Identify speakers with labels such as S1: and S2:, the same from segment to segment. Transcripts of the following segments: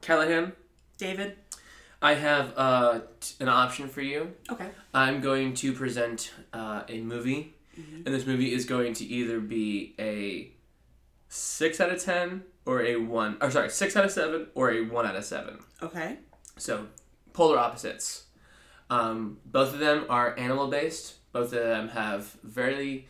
S1: Callahan,
S2: David.
S1: I have uh, t- an option for you.
S2: Okay.
S1: I'm going to present uh, a movie, and this movie is going to either be a six out of ten or a one, or sorry, six out of seven or a one out of seven.
S2: Okay.
S1: So polar opposites. Um, both of them are animal based. Both of them have very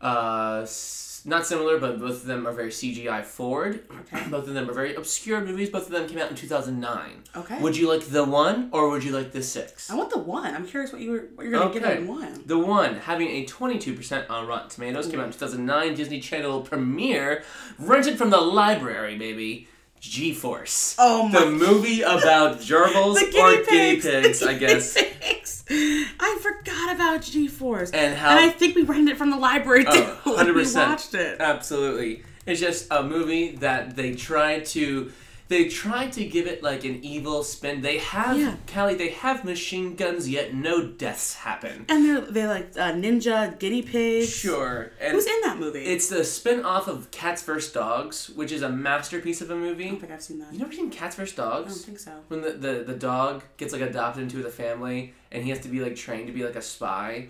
S1: uh, s- not similar, but both of them are very CGI forward.
S2: Okay.
S1: Both of them are very obscure movies. Both of them came out in 2009.
S2: Okay.
S1: Would you like the one or would you like the six?
S2: I want the one. I'm curious what you were what you're gonna get
S1: Okay.
S2: on one.
S1: The one having a 22% on Rotten Tomatoes came out in 2009 Disney Channel premiere, rented from the library, baby. G Force.
S2: Oh my
S1: The movie about gerbils
S2: The
S1: or guinea
S2: the
S1: pigs, I
S2: guinea
S1: guess.
S2: pigs. I forgot about G Force.
S1: And how-
S2: I think we rented it from the library too.
S1: Oh, 100%.
S2: when We watched it.
S1: Absolutely. It's just a movie that they try to they try to give it like an evil spin. They have
S2: Yeah.
S1: Callie, they have machine guns yet no deaths happen.
S2: and they're they like uh, ninja guinea pigs.
S1: Sure. And
S2: Who's in that movie?
S1: it's the spin off of Cats vs. Dogs, which is a masterpiece of a movie.
S2: I don't think I've seen that.
S1: You never seen Cats vs.
S2: I don't
S1: Dogs?
S2: think so.
S1: When the, the, the dog gets like adopted into the family and he has to be like trained to be like a spy.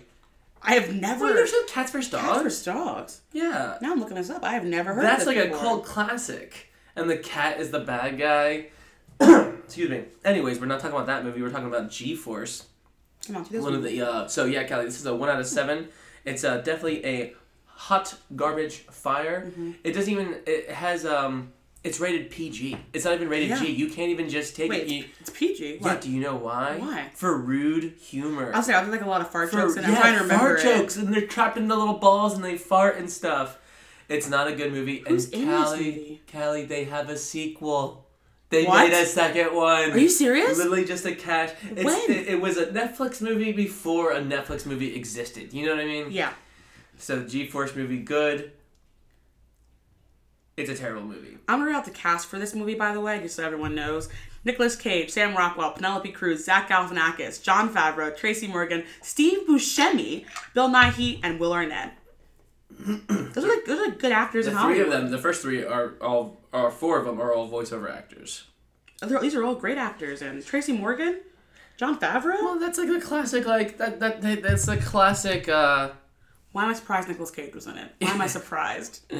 S2: I have never.
S1: Wait, there's no Cats vs. Dogs?
S2: Cats vs. Dogs.
S1: yeah.
S2: Now I'm looking this up. I have never heard.
S1: That's
S2: of
S1: like
S2: this
S1: a
S2: before.
S1: cult classic. And the cat is the bad guy. Excuse me. Anyways, we're not talking about that movie. We're talking about G Force.
S2: Come on, do this
S1: One of
S2: one.
S1: the uh, so yeah, Callie. This is a one out of seven. It's uh, definitely a hot garbage fire.
S2: Mm-hmm.
S1: It doesn't even. It has um. It's rated PG. It's not even rated
S2: Yeah.
S1: G. You can't even just take
S2: Wait,
S1: it. You,
S2: it's PG.
S1: E yeah.
S2: What?
S1: Do you know why?
S2: Why?
S1: For rude humor.
S2: I'll say I was like a lot of fart
S1: For-
S2: jokes, and
S1: yeah,
S2: I'm trying to remember
S1: fart
S2: it.
S1: jokes, and they're trapped in the little balls, and they fart and stuff. It's not a good movie.
S2: Who's
S1: and
S2: in this
S1: Callie,
S2: movie?
S1: Callie, they have a sequel. They
S2: What?
S1: made a second one.
S2: Are you serious?
S1: Literally just a cash. It's,
S2: When?
S1: It, it was a Netflix movie before a Netflix movie existed. You know what I mean?
S2: Yeah.
S1: So G Force movie, good. It's a terrible movie.
S2: I'm gonna read out the cast for this movie, by the way, just so everyone knows. Nicolas Cage, Sam Rockwell, Penelope Cruz, Zach Galifianakis, John Favreau, Tracy Morgan, Steve Buscemi, Bill Nighy, and Will Arnett. those are like those are like good actors
S1: The
S2: in
S1: three
S2: Hollywood.
S1: of them, the first three are all, or four of them are all voiceover actors.
S2: They're- These are all great actors, and Tracy Morgan, John Favreau.
S1: Well, that's like the classic, like that, that, that that's the classic. uh
S2: Why am I surprised Nicolas Cage was in it? Why am I surprised?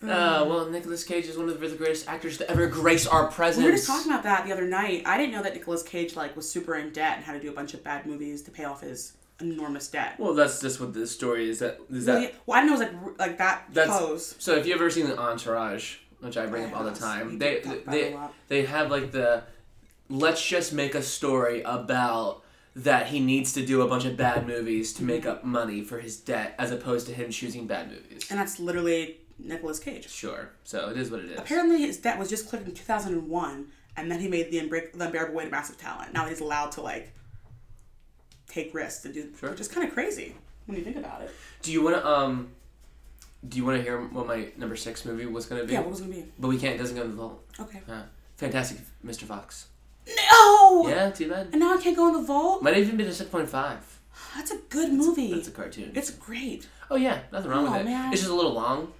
S1: Uh, well, Nicolas Cage is one of the greatest actors to ever grace our presence.
S2: we were just talking about that the other night. I didn't know that Nicolas Cage like was super in debt and had to do a bunch of bad movies to pay off his enormous debt.
S1: well, that's just what this story is. That is
S2: Well,
S1: that.
S2: yeah, well I didn't know it was like r- like that
S1: That's-
S2: pose.
S1: So, if you ever seen the Entourage, which I bring
S2: I
S1: up all the
S2: have.
S1: time,
S2: You
S1: they
S2: do talk about it
S1: they
S2: a lot.
S1: they have like the let's just make a story about that he needs to do a bunch of bad movies to make up money for his debt, as opposed to him choosing bad movies.
S2: And that's literally Nicolas Cage.
S1: Sure. So it is what it is.
S2: Apparently, his debt was just cleared in 2001, and then he made the, unbreak- the unbearable weight of massive talent. Now he's allowed to like take risks and do,
S1: Sure.
S2: which is kind of crazy when you think about it.
S1: Do you wanna um? Do you wanna hear what my number six movie was gonna be?
S2: Yeah, what was it gonna be?
S1: But we can't. It doesn't go in the vault.
S2: Okay.
S1: Uh, Fantastic, Mr. Fox.
S2: No.
S1: Yeah, too bad.
S2: And now I can't go in the vault.
S1: Might even be to six point five.
S2: That's a good movie.
S1: That's a cartoon.
S2: it's great.
S1: oh yeah, nothing wrong
S2: Oh,
S1: with it.
S2: man.
S1: It's just a little long.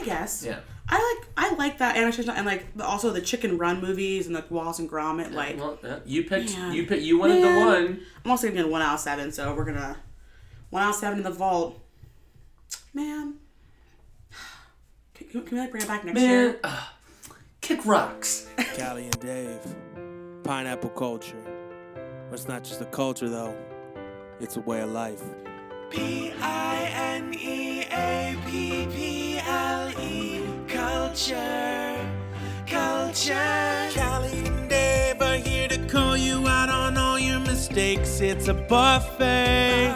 S2: I guess.
S1: Yeah.
S2: I like I like that animation and like the, also the Chicken Run movies and like Wallace and Gromit. Like
S1: Well, yeah, you picked.
S2: Man.
S1: You picked. You wanted
S2: Man.
S1: the one.
S2: I'm also gonna get one out of seven, so we're gonna one out of seven in the vault. Man, can, can we like bring it back next
S1: Man,
S2: year?
S1: ugh. Ah, kick rocks.
S3: Callie and Dave, pineapple culture. But it's not just a culture though, it's a way of life. P I N E A P P L E culture. Culture. Callie and Dave are here to call you out on all your mistakes. It's a buffet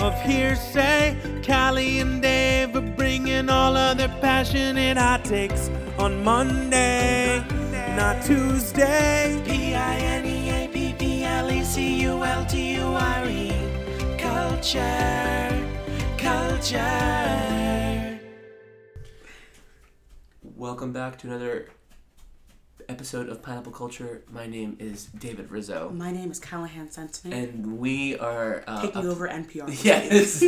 S3: of hearsay. Callie and Dave are bringing all of their passionate hot takes on Monday, not Tuesday. P I N E A P P L E C U L T U R E. Culture. Culture.
S1: Welcome back to another episode of Pineapple Culture. My name is David Rizzo,
S2: My name is Callahan Sentinel,
S1: and we are uh,
S2: taking
S1: up-
S2: over NPR.
S1: Yes.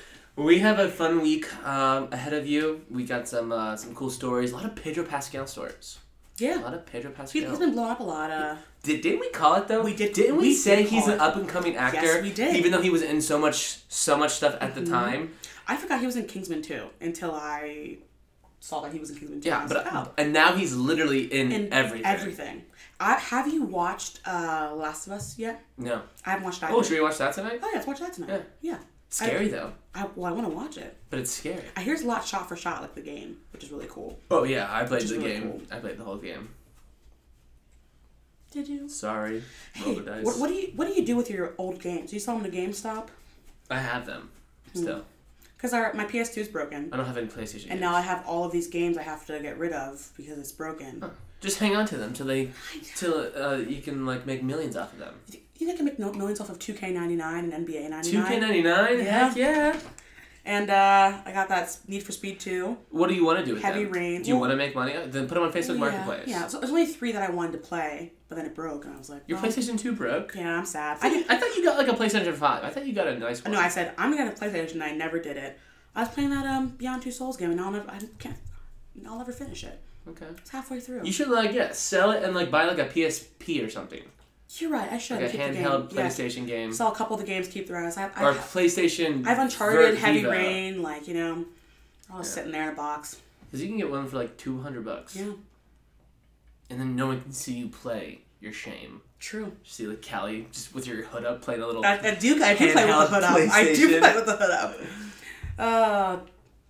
S1: we have a fun week um, ahead of you. We got some uh, some cool stories. A lot of Pedro Pascal stories. A
S2: Yeah.
S1: lot of Pedro Pascal.
S2: He, he's been blowing up a lot. Uh,
S1: Did didn't we call it though?
S2: We did-
S1: Didn't we,
S2: we
S1: say
S2: did
S1: he's
S2: call
S1: an
S2: it.
S1: up and coming actor?
S2: Yes, we did. Mm-hmm.
S1: Even though he was in so much so much stuff at the time.
S2: I forgot he was in Kingsman too until I saw that he was in Kingsman too. and I
S1: Yeah,
S2: was
S1: but
S2: like, oh.
S1: and now he's literally in,
S2: in
S1: everything.
S2: Everything. I, have you watched uh, Last of Us yet?
S1: No.
S2: I haven't watched that.
S1: Oh,
S2: yet.
S1: should we watch that tonight?
S2: Oh, yeah, let's watch that tonight. Yeah.
S1: Scary though,
S2: I, well, I want to watch it.
S1: but it's scary.
S2: I hear it's a lot shot for shot, like the game, which is really cool.
S1: Oh yeah, I played the
S2: really
S1: game.
S2: cool.
S1: I played the whole game.
S2: Did you?
S1: Sorry.
S2: Hey,
S1: Roll the dice.
S2: what, what do you what do you do with your old games? Do you sell them to GameStop?
S1: I have them still.
S2: Because our my PS2 is broken,
S1: I don't have any PlayStation.
S2: Hmm. and
S1: games.
S2: now I have all of these games I have to get rid of because it's broken.
S1: Just hang on to them till they till uh, you can like make millions off of them.
S2: You think I can make no- millions off of 2K99 and NBA 99?
S1: Two K ninety nine. Heck yeah.
S2: And uh, I got that Need for Speed 2.
S1: What do you want to do with
S2: Heavy
S1: them?
S2: Rain.
S1: Do you
S2: Well-
S1: want to make money? Then put them on Facebook Marketplace.
S2: Yeah, so there's only three that I wanted to play, but then it broke, and I was like,
S1: Your
S2: well,
S1: PlayStation Two broke.
S2: Oh. Yeah, I'm sad.
S1: I,
S2: I did,
S1: I thought you got like a PlayStation Five. I thought you got a nice one.
S2: no, I said I'm gonna play that, and I never did it. I was playing that um Beyond Two Souls game, and I'll never, I can't, I'll never finish it.
S1: Okay.
S2: It's halfway through.
S1: You should like yeah, sell it and like buy like a PSP or something,
S2: You're right. I should
S1: like a
S2: keep
S1: handheld
S2: the game.
S1: PlayStation game
S2: Yeah, saw a couple of the games. Keep the rest. I, I,
S1: or PlayStation.
S2: I have Uncharted,
S1: Vert
S2: Heavy
S1: Viva.
S2: Rain, like you know, all was sitting there in a box.
S1: Because you can get one for like two hundred bucks.
S2: Yeah,
S1: And then no one can see you play. Your shame.
S2: true.
S1: Just see like Callie just with your hood up playing a little.
S2: I, I do. I do play with the
S1: Handheld
S2: hood up. I do
S1: PlayStation.
S2: play with the hood up. Oh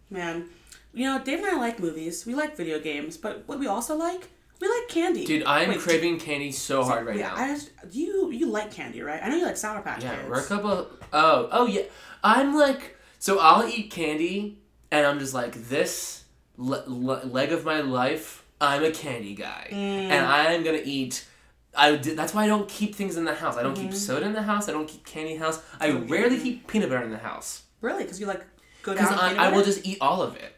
S2: man, you know, Dave and I like movies. We like video games, but what we also like, we like candy.
S1: Dude, I am
S2: Wait,
S1: craving candy so hard right
S2: Yeah,
S1: now.
S2: I just, you you like candy, right? I know you like Sour Patch
S1: Yeah,
S2: Kids.
S1: we're a couple. Oh, oh yeah. I'm like, so I'll eat candy, and I'm just like this le- le- leg of my life. I'm a candy guy, and I am gonna eat. I d- that's why I don't keep things in the house. I don't keep soda in the house. I don't keep candy in the house. I rarely keep peanut butter in the house
S2: Really? Because you like go down.
S1: because I,
S2: candy
S1: I will
S2: with it?
S1: just eat all of it.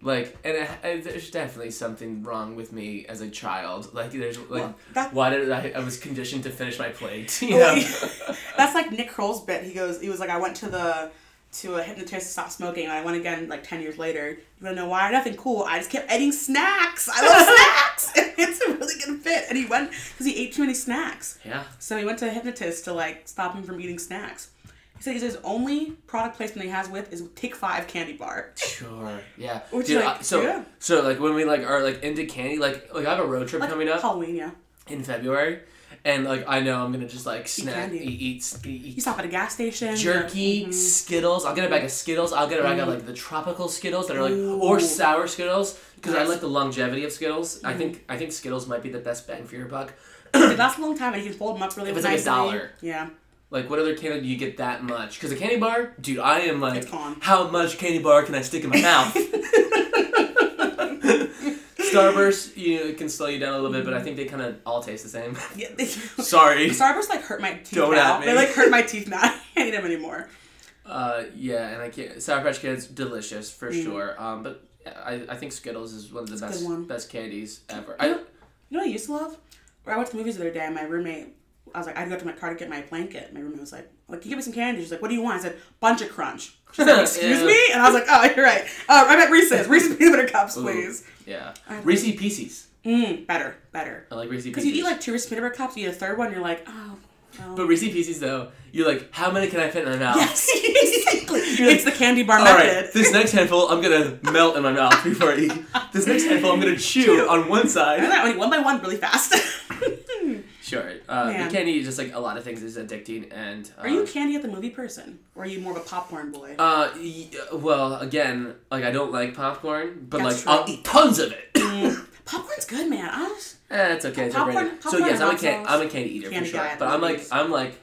S1: Like, and it, I- there's definitely something wrong with me as a child. Like, there's like,
S2: that- Oh,
S1: why did I? I was conditioned to finish my plate. You know?
S2: That's like Nick Kroll's bit. He goes, he was like, I went to the to a hypnotist to stop smoking, and I went again like ten years later. You wanna know why? Nothing cool. I just kept eating snacks. I love snacks. It's a really good fit. And he went because he ate too many snacks.
S1: yeah.
S2: So he went to a hypnotist to like stop him from eating snacks. He said he says his only product placement he has with is Take Five candy bar.
S1: Sure. Yeah.
S2: Which,
S1: Dude,
S2: like,
S1: I- so
S2: yeah.
S1: so like when we like are like into candy, like like I have a road trip coming up
S2: Halloween, yeah.
S1: in February, and like I know I'm gonna just like snack
S2: candy.
S1: eat eat, s- eat,
S2: You stop at a gas station.
S1: jerky
S2: Mm-hmm.
S1: Skittles. I'll get a bag of Skittles. I'll get a bag of
S2: Mm.
S1: like the tropical Skittles that are like or sour Skittles because I
S2: Nice. Mm-hmm.
S1: like the longevity of Skittles. I think I think Skittles might be the best bang for your buck.
S2: It lasts a long time, and you can fold them up really
S1: It was like a
S2: nicely.
S1: dollar.
S2: Yeah.
S1: Like what other candy do you get that much? Because a candy bar, dude, I am like,
S2: It's gone.
S1: how much candy bar can I stick in my mouth? Starburst, you know, it can slow you down a little bit, but I
S2: Mm-hmm.
S1: think they kind of all taste the same.
S2: yeah.
S1: Sorry.
S2: Starburst like hurt my teeth
S1: Don't
S2: now.
S1: at me.
S2: They like hurt my teeth now. I can't eat them anymore.
S1: Uh, yeah, and I can't. Sour Patch Kids, delicious for sure. Um, but I, I think Skittles is one of the
S2: Mm-hmm. a
S1: best
S2: good one.
S1: best candies ever.
S2: You
S1: I,
S2: know, you know what I used to love? Where I went to the movies the other day, and my roommate, I was like, I'd go to my car to get my blanket. My roommate was like, "Like, can you give me some candy?" She's like, "What do you want?" I said, "Bunch of Crunch." She's like, "Excuse
S1: Ew.
S2: me?" And I was like, "Oh, you're right. Uh, I'm at Reese's. Reese's pean's butter cups, please."
S1: yeah, Reese's Pieces.
S2: Mm, better, better.
S1: I like Reese's
S2: Because
S1: Pieces.
S2: you eat like two Reese's peanut butter cups, you eat a third one, you're like, "Oh." well."
S1: but Reese's Pieces though, you're like, how many can I fit in my mouth?
S2: Yes, exactly. it's the candy bar
S1: All
S2: method.
S1: right, this next handful I'm gonna melt in my mouth before I eat. This next handful I'm gonna chew on one
S2: And
S1: side.
S2: I went one by one really fast.
S1: Sure, uh,
S2: Man.
S1: the candy is just like a lot of things is addicting, and uh,
S2: Are you a candy at the movie person, or are you more of a popcorn boy?
S1: Uh, y- well, again, like I don't like popcorn, but like
S2: That's true.
S1: I'll eat tons of it.
S2: Popcorn's good, man. I was,
S1: Eh, it's okay. it's
S2: Popcorn-
S1: overrated. so
S2: popcorn
S1: yes,
S2: and
S1: I'm a
S2: hot
S1: can-
S2: sauce.
S1: I'm a candy eater
S2: Candy
S1: for sure.
S2: guy at
S1: But I'm like
S2: movies.
S1: I'm like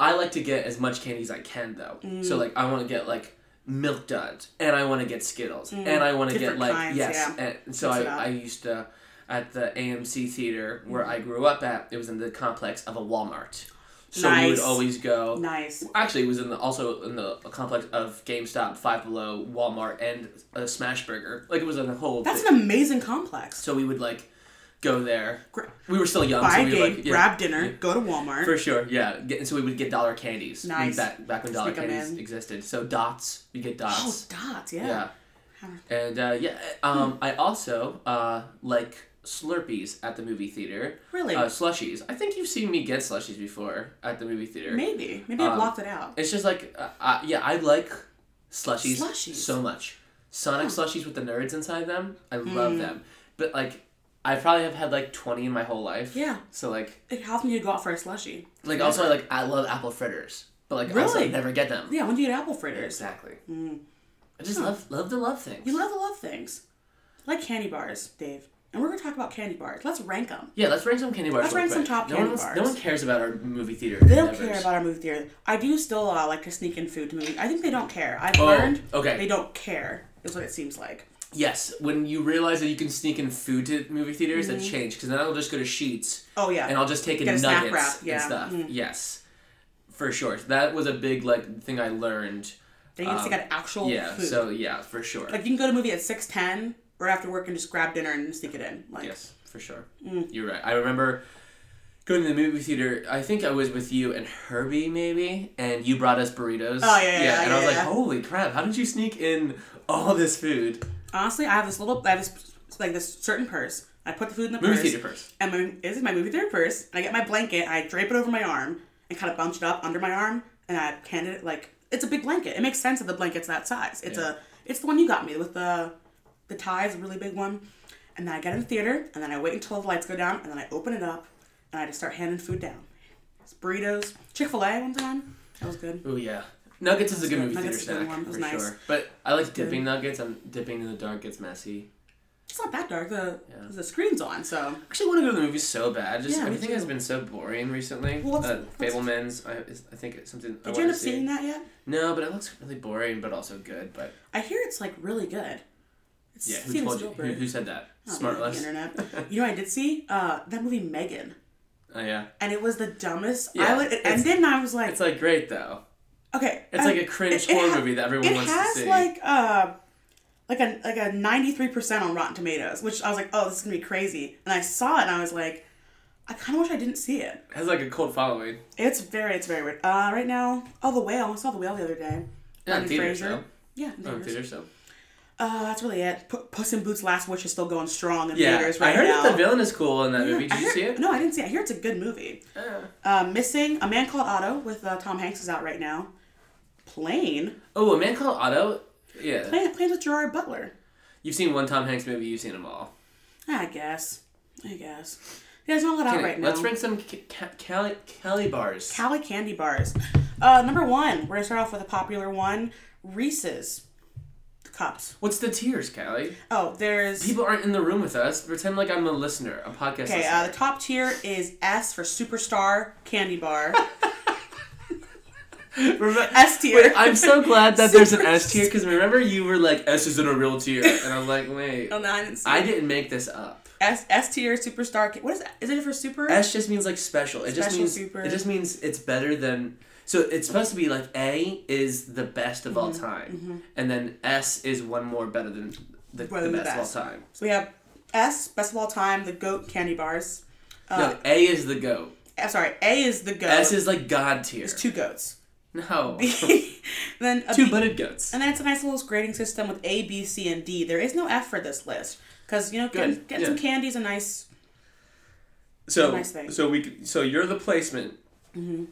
S1: I like to get as much candy as I can though.
S2: Mm.
S1: So like I want to get like milk duds and I want to get Skittles and I want to get
S2: Mm. Different
S1: like
S2: kinds,
S1: yes.
S2: yeah.
S1: And so
S2: Mix
S1: I,
S2: it up. Mm.
S1: I used to at the AMC theater where I grew up at. It was in the complex of a Walmart. So we would
S2: Nice.
S1: always go.
S2: nice.
S1: Actually, it was in the also in the complex of GameStop, Five Below, Walmart, and a Smashburger. Like it was in the whole.
S2: That's
S1: thing.
S2: an amazing complex.
S1: so we would like go there.
S2: Gra-
S1: We were still young,
S2: Buy
S1: so
S2: a
S1: we
S2: game,
S1: would, like yeah,
S2: grab dinner, go to Walmart.
S1: for sure. Yeah, get, and so we would get dollar candies. when
S2: Nice.
S1: Back, back when dollar
S2: Sneak 'em
S1: candies
S2: in.
S1: existed, so dots we get
S2: oh,
S1: dots.
S2: dots, yeah. Hmm.
S1: yeah. And uh, yeah, um, I also uh, like Slurpees at the movie theater.
S2: Really?
S1: Uh, slushies. I think you've seen me get slushies before at the movie theater.
S2: Maybe. Maybe I
S1: Um,
S2: blocked it out.
S1: It's just like, uh, uh, yeah, I like slushies,
S2: Slushies.
S1: so much. Sonic slushies with the nerds inside them. I
S2: Hmm.
S1: love them. But like, I probably have had like twenty in my whole life.
S2: Yeah.
S1: So like,
S2: It helped me to go out for a slushie.
S1: like also I like I love apple fritters, but like also I
S2: Really?
S1: never get them.
S2: Yeah, when do you get apple fritters?
S1: Exactly. I just love love to love things.
S2: You love to love things. Like candy bars, Dave. And we're going to talk about candy bars. Let's rank them.
S1: yeah, let's rank some candy bars.
S2: Let's
S1: real
S2: rank some
S1: quick.
S2: top
S1: no
S2: candy
S1: one, wants- No
S2: bars.
S1: one cares about our movie theater.
S2: They don't care about our movie theater. I do still uh, like to sneak in food to movies. I think they don't care. I've
S1: Oh,
S2: learned
S1: okay.
S2: they don't care, is what it seems like.
S1: Yes, when you realize that you can sneak in food to movie theaters, that changed because then I'll just go to Sheets
S2: Mm-hmm. Oh, yeah.
S1: and I'll just take in
S2: Get a
S1: nuggets
S2: snack wrap,
S1: and
S2: yeah. Mm-hmm.
S1: stuff. Yes, for sure. That was a big like thing I learned.
S2: they used to get actual
S1: Um, Yeah.
S2: food.
S1: So yeah, for sure.
S2: like, you can go to a movie at 6.10 or after work and just grab dinner and sneak it in. Like,
S1: Yes, for sure.
S2: Mm.
S1: You're right. I remember going to the movie theater. I think I was with you and Herbie, maybe, and you brought us burritos.
S2: Oh, yeah, yeah, yeah,
S1: and I was
S2: yeah,
S1: like,
S2: yeah.
S1: holy crap! How did you sneak in all this food?
S2: honestly, I have this little, I have this, like, this certain purse. I put the food in the
S1: Movie
S2: purse.
S1: theater purse.
S2: and my, this is my movie theater purse. And I get my blanket, I drape it over my arm, and kind of bunch it up under my arm, and I hand it like it's a big blanket. It makes sense that the blanket's that size. It's
S1: Yeah.
S2: a it's the one you got me with the the ties, a really big one. And then I get in the theater, and then I wait until the lights go down, and then I open it up, and I just start handing food down. It's burritos, Chick Fil A one time. That was good.
S1: Oh yeah. Nuggets is a good
S2: good.
S1: movie
S2: Nuggets
S1: theater
S2: is a good
S1: snack
S2: one. It
S1: for
S2: was nice.
S1: sure. But I like dipping nuggets. I'm dipping in the dark gets messy.
S2: It's not that dark. The the screen's on, so
S1: I actually want to go to the movies so bad. Just
S2: Yeah, me
S1: everything
S2: too.
S1: has been so boring recently.
S2: Well, let's-
S1: uh,
S2: let's-
S1: Fableman's. I, is- I think it's something. I
S2: did you end
S1: wanna
S2: up
S1: see.
S2: seeing that yet?
S1: No, but it looks really boring, but also good. But
S2: I hear it's like really good. It's
S1: yeah, who
S2: Steven
S1: told you?
S2: Spielberg.
S1: Who, who said that?
S2: Oh,
S1: Smart
S2: man,
S1: less.
S2: the internet. you know, what I did see uh, that movie Megan,
S1: Oh yeah.
S2: and it was the dumbest.
S1: Yeah,
S2: I would, it
S1: it's-
S2: ended, and I was like,
S1: It's like great though.
S2: okay,
S1: It's
S2: I-
S1: like a cringe
S2: it- it
S1: horror
S2: ha-
S1: movie that everyone
S2: It
S1: wants
S2: has
S1: to see.
S2: like uh, like a like a ninety three percent on Rotten Tomatoes, which I was like, oh, this is gonna be crazy. And I saw it, and I was like, I kind of wish I didn't see it.
S1: it has like a cult following.
S2: It's very, it's very weird. Uh, right now, oh, the whale. I saw the whale the other day.
S1: Not in
S2: Brendan
S1: theaters
S2: Fraser.
S1: though.
S2: Yeah, in
S1: Not in theaters
S2: theaters.
S1: though.
S2: Uh, that's really it. P- Puss in Boots' Last Wish is still going strong in
S1: Yeah,
S2: theaters
S1: I
S2: right
S1: heard
S2: now.
S1: that the villain is cool in that movie.
S2: I
S1: Did you
S2: hear-
S1: see it?
S2: No, I didn't see it. I hear it's a good movie. Uh, Missing, A Man Called Otto with uh, Tom Hanks is out right now. Plane,
S1: Oh, a man called Otto. Yeah.
S2: Plane, Plane with Gerard Butler.
S1: You've seen one Tom Hanks movie. You've seen them all.
S2: I guess. I guess. Yeah, it's not let out
S1: Okay,
S2: right now.
S1: Let's rank some K- K- Cali Cali bars.
S2: Cali candy bars. Uh, number one, we're gonna start off with a popular one: Reese's cups.
S1: What's the tiers, Callie?
S2: Oh, there's
S1: People aren't in the room with us. Pretend like I'm a listener, a podcast
S2: okay.
S1: listener.
S2: Uh, the top tier is S for superstar candy bar. uh,
S1: Remember-
S2: S tier.
S1: Wait, I'm so glad that there's an S tier because remember you were like S isn't a real tier, and I'm like, wait,
S2: Oh, no, I didn't see
S1: I
S2: it.
S1: didn't make this up.
S2: S S tier superstar. ca- What is that? Is it for super?
S1: S just means like special. It just
S2: Special,
S1: means
S2: super.
S1: it just means it's better than. So it's supposed to be like A is the best of all
S2: Mm-hmm,
S1: time, and then S is one more better than the,
S2: Better
S1: the
S2: than the
S1: best of all
S2: best.
S1: time.
S2: So we have S, best of all time, the goat candy bars.
S1: no, A is the goat.
S2: I'm sorry, A is the goat.
S1: S is like god tier.
S2: two goats.
S1: no,
S2: then a
S1: two
S2: B-
S1: butted goats.
S2: and then it's a nice little grading system with A, B, C, and D. There is no F for this list because you know getting,
S1: Good,
S2: getting
S1: yeah.
S2: some candy is a nice.
S1: So
S2: nice thing.
S1: so we c- so you're the placement.
S2: Mm-hmm.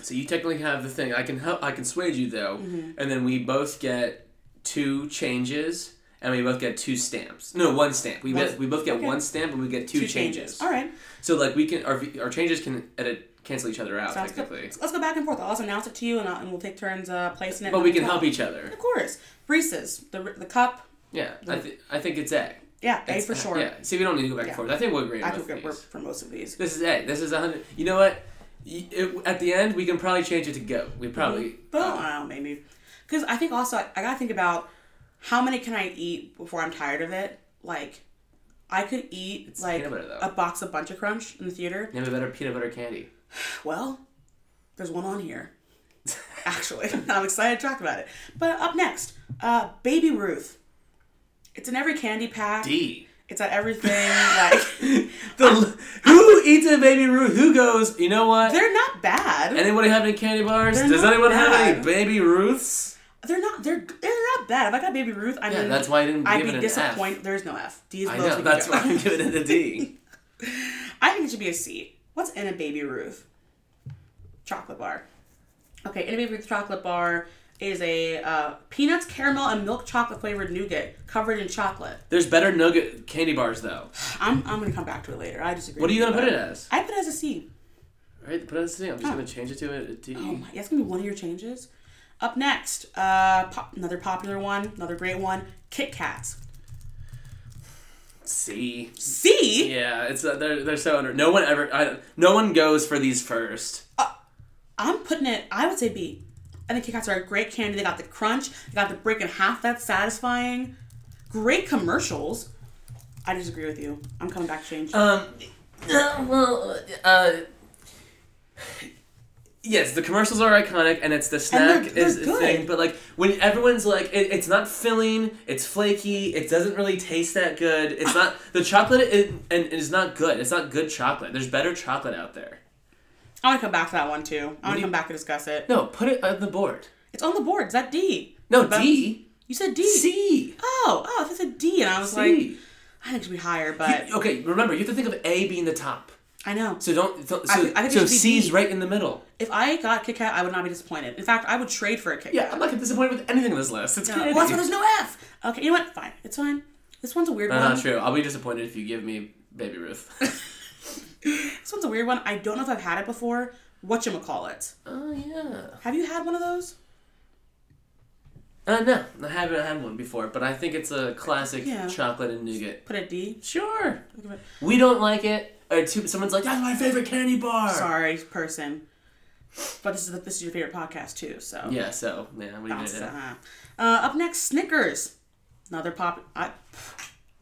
S1: So you technically have the thing. I can help. I can sway you though,
S2: Mm-hmm.
S1: and then we both get two changes, and we both get two stamps. No, one stamp. We both we both get one stamp, and we get two,
S2: Two
S1: changes.
S2: changes. All right,
S1: So like we can our v- our changes can edit cancel each other out
S2: sounds good.
S1: technically,
S2: So let's go back and forth. I'll just announce it to you, and, I'll, and we'll take turns uh, placing it.
S1: but we
S2: on
S1: can
S2: top.
S1: help each other.
S2: Of course, Reese's, the the cup.
S1: Yeah, I, th- I think it's A.
S2: Yeah, A
S1: It's
S2: for sure.
S1: Yeah. See, we don't need to go back and forth. I think we're agreeing.
S2: I
S1: I
S2: could get for most of these.
S1: This is A. This is a hundred. You know what? Y- it- at the end, we can probably change it to go. We probably.
S2: But I don't know, maybe. Because I think also, I gotta think about how many can I eat before I'm tired of it? Like, I could eat, like,
S1: peanut butter, though.
S2: a box of Bunch of Crunch in the theater.
S1: Name a better peanut butter candy.
S2: Well, there's one on here. Actually, I'm excited to talk about it. But up next, uh, Baby Ruth. It's in every candy pack.
S1: D.
S2: It's at everything. like,
S1: The, who eats a baby Ruth? Who goes? You know what?
S2: they're not bad.
S1: Anybody have any candy bars?
S2: They're
S1: Does
S2: not
S1: anyone have any
S2: bad.
S1: baby Ruths?
S2: They're not. They're they're not not bad. If I got Baby Ruth, I
S1: Yeah,
S2: mean,
S1: that's why I didn't
S2: I'd
S1: give
S2: be
S1: it an F.
S2: disappointed. There's no F. D is the
S1: I
S2: lowest
S1: know.
S2: we can
S1: That's
S2: go.
S1: why I'm giving it a D.
S2: I think it should be a C. What's in a Baby Ruth? Chocolate bar. Okay, in a Baby Ruth chocolate bar is a uh, peanuts, caramel, and milk chocolate flavored nougat covered in chocolate.
S1: There's better nugget candy bars though.
S2: I'm, I'm gonna come back to it later. I disagree.
S1: What are you gonna put it as?
S2: I put it as a C.
S1: Right, put it as a D. I'm just gonna change it to a a D.
S2: Oh my, that's gonna be one of your changes. Up next, uh, pop, another popular one, another great one, Kit Kats.
S1: C.
S2: C.
S1: Yeah, it's uh, they're, they're so under. No one ever. I, no one goes for these first.
S2: I'm putting it, I would say B. I think Kit Kats are a great candy. They got the crunch, they got the break in half that's satisfying. Great commercials. I disagree with you. I'm coming back to change.
S1: Um, uh, well, uh, yes, the commercials are iconic, and it's the snack
S2: they're- they're
S1: is the thing.
S2: good.
S1: But like when everyone's like, it, it's not filling, it's flaky, it doesn't really taste that good. It's not the chocolate, is, and it is not good. It's not good chocolate. There's better chocolate out there.
S2: I want to come back to that one too. I want to come back and discuss it.
S1: No, put it on the board.
S2: It's on the board. Is that D?
S1: No,
S2: About-
S1: D,
S2: You said D.
S1: C,
S2: Oh, oh, that's a D. And I was like,
S1: C.
S2: I think it should be higher, but
S1: Okay, remember you have to think of A being the top.
S2: I know.
S1: So don't. So,
S2: I think- I think it
S1: so
S2: should be
S1: C's
S2: D.
S1: right in the middle.
S2: If I got Kit Kat, I would not be disappointed. In fact, I would trade for a Kit Kat.
S1: Yeah, I'm not disappointed with anything on this list. It's
S2: No,
S1: candy.
S2: well, that's why there's no F. Okay, you know what? Fine. It's fine. This one's a weird
S1: That's
S2: one.
S1: not true. I'll be disappointed if you give me Baby Ruth.
S2: This one's a weird one. I don't know if I've had it before. Whatchamacallit.
S1: oh yeah.
S2: Have you had one of those?
S1: Uh, no, I haven't had one before, but I think it's a classic
S2: Yeah.
S1: chocolate and nougat.
S2: Put a D.
S1: Sure.
S2: Give it-
S1: We don't like it. Or two, someone's like, that's my favorite candy bar.
S2: Sorry, person. But this is the, this is your favorite podcast too, so.
S1: Yeah. So yeah, we did
S2: Bounce,
S1: it.
S2: uh-huh. Uh, up next, Snickers. Another pop. I,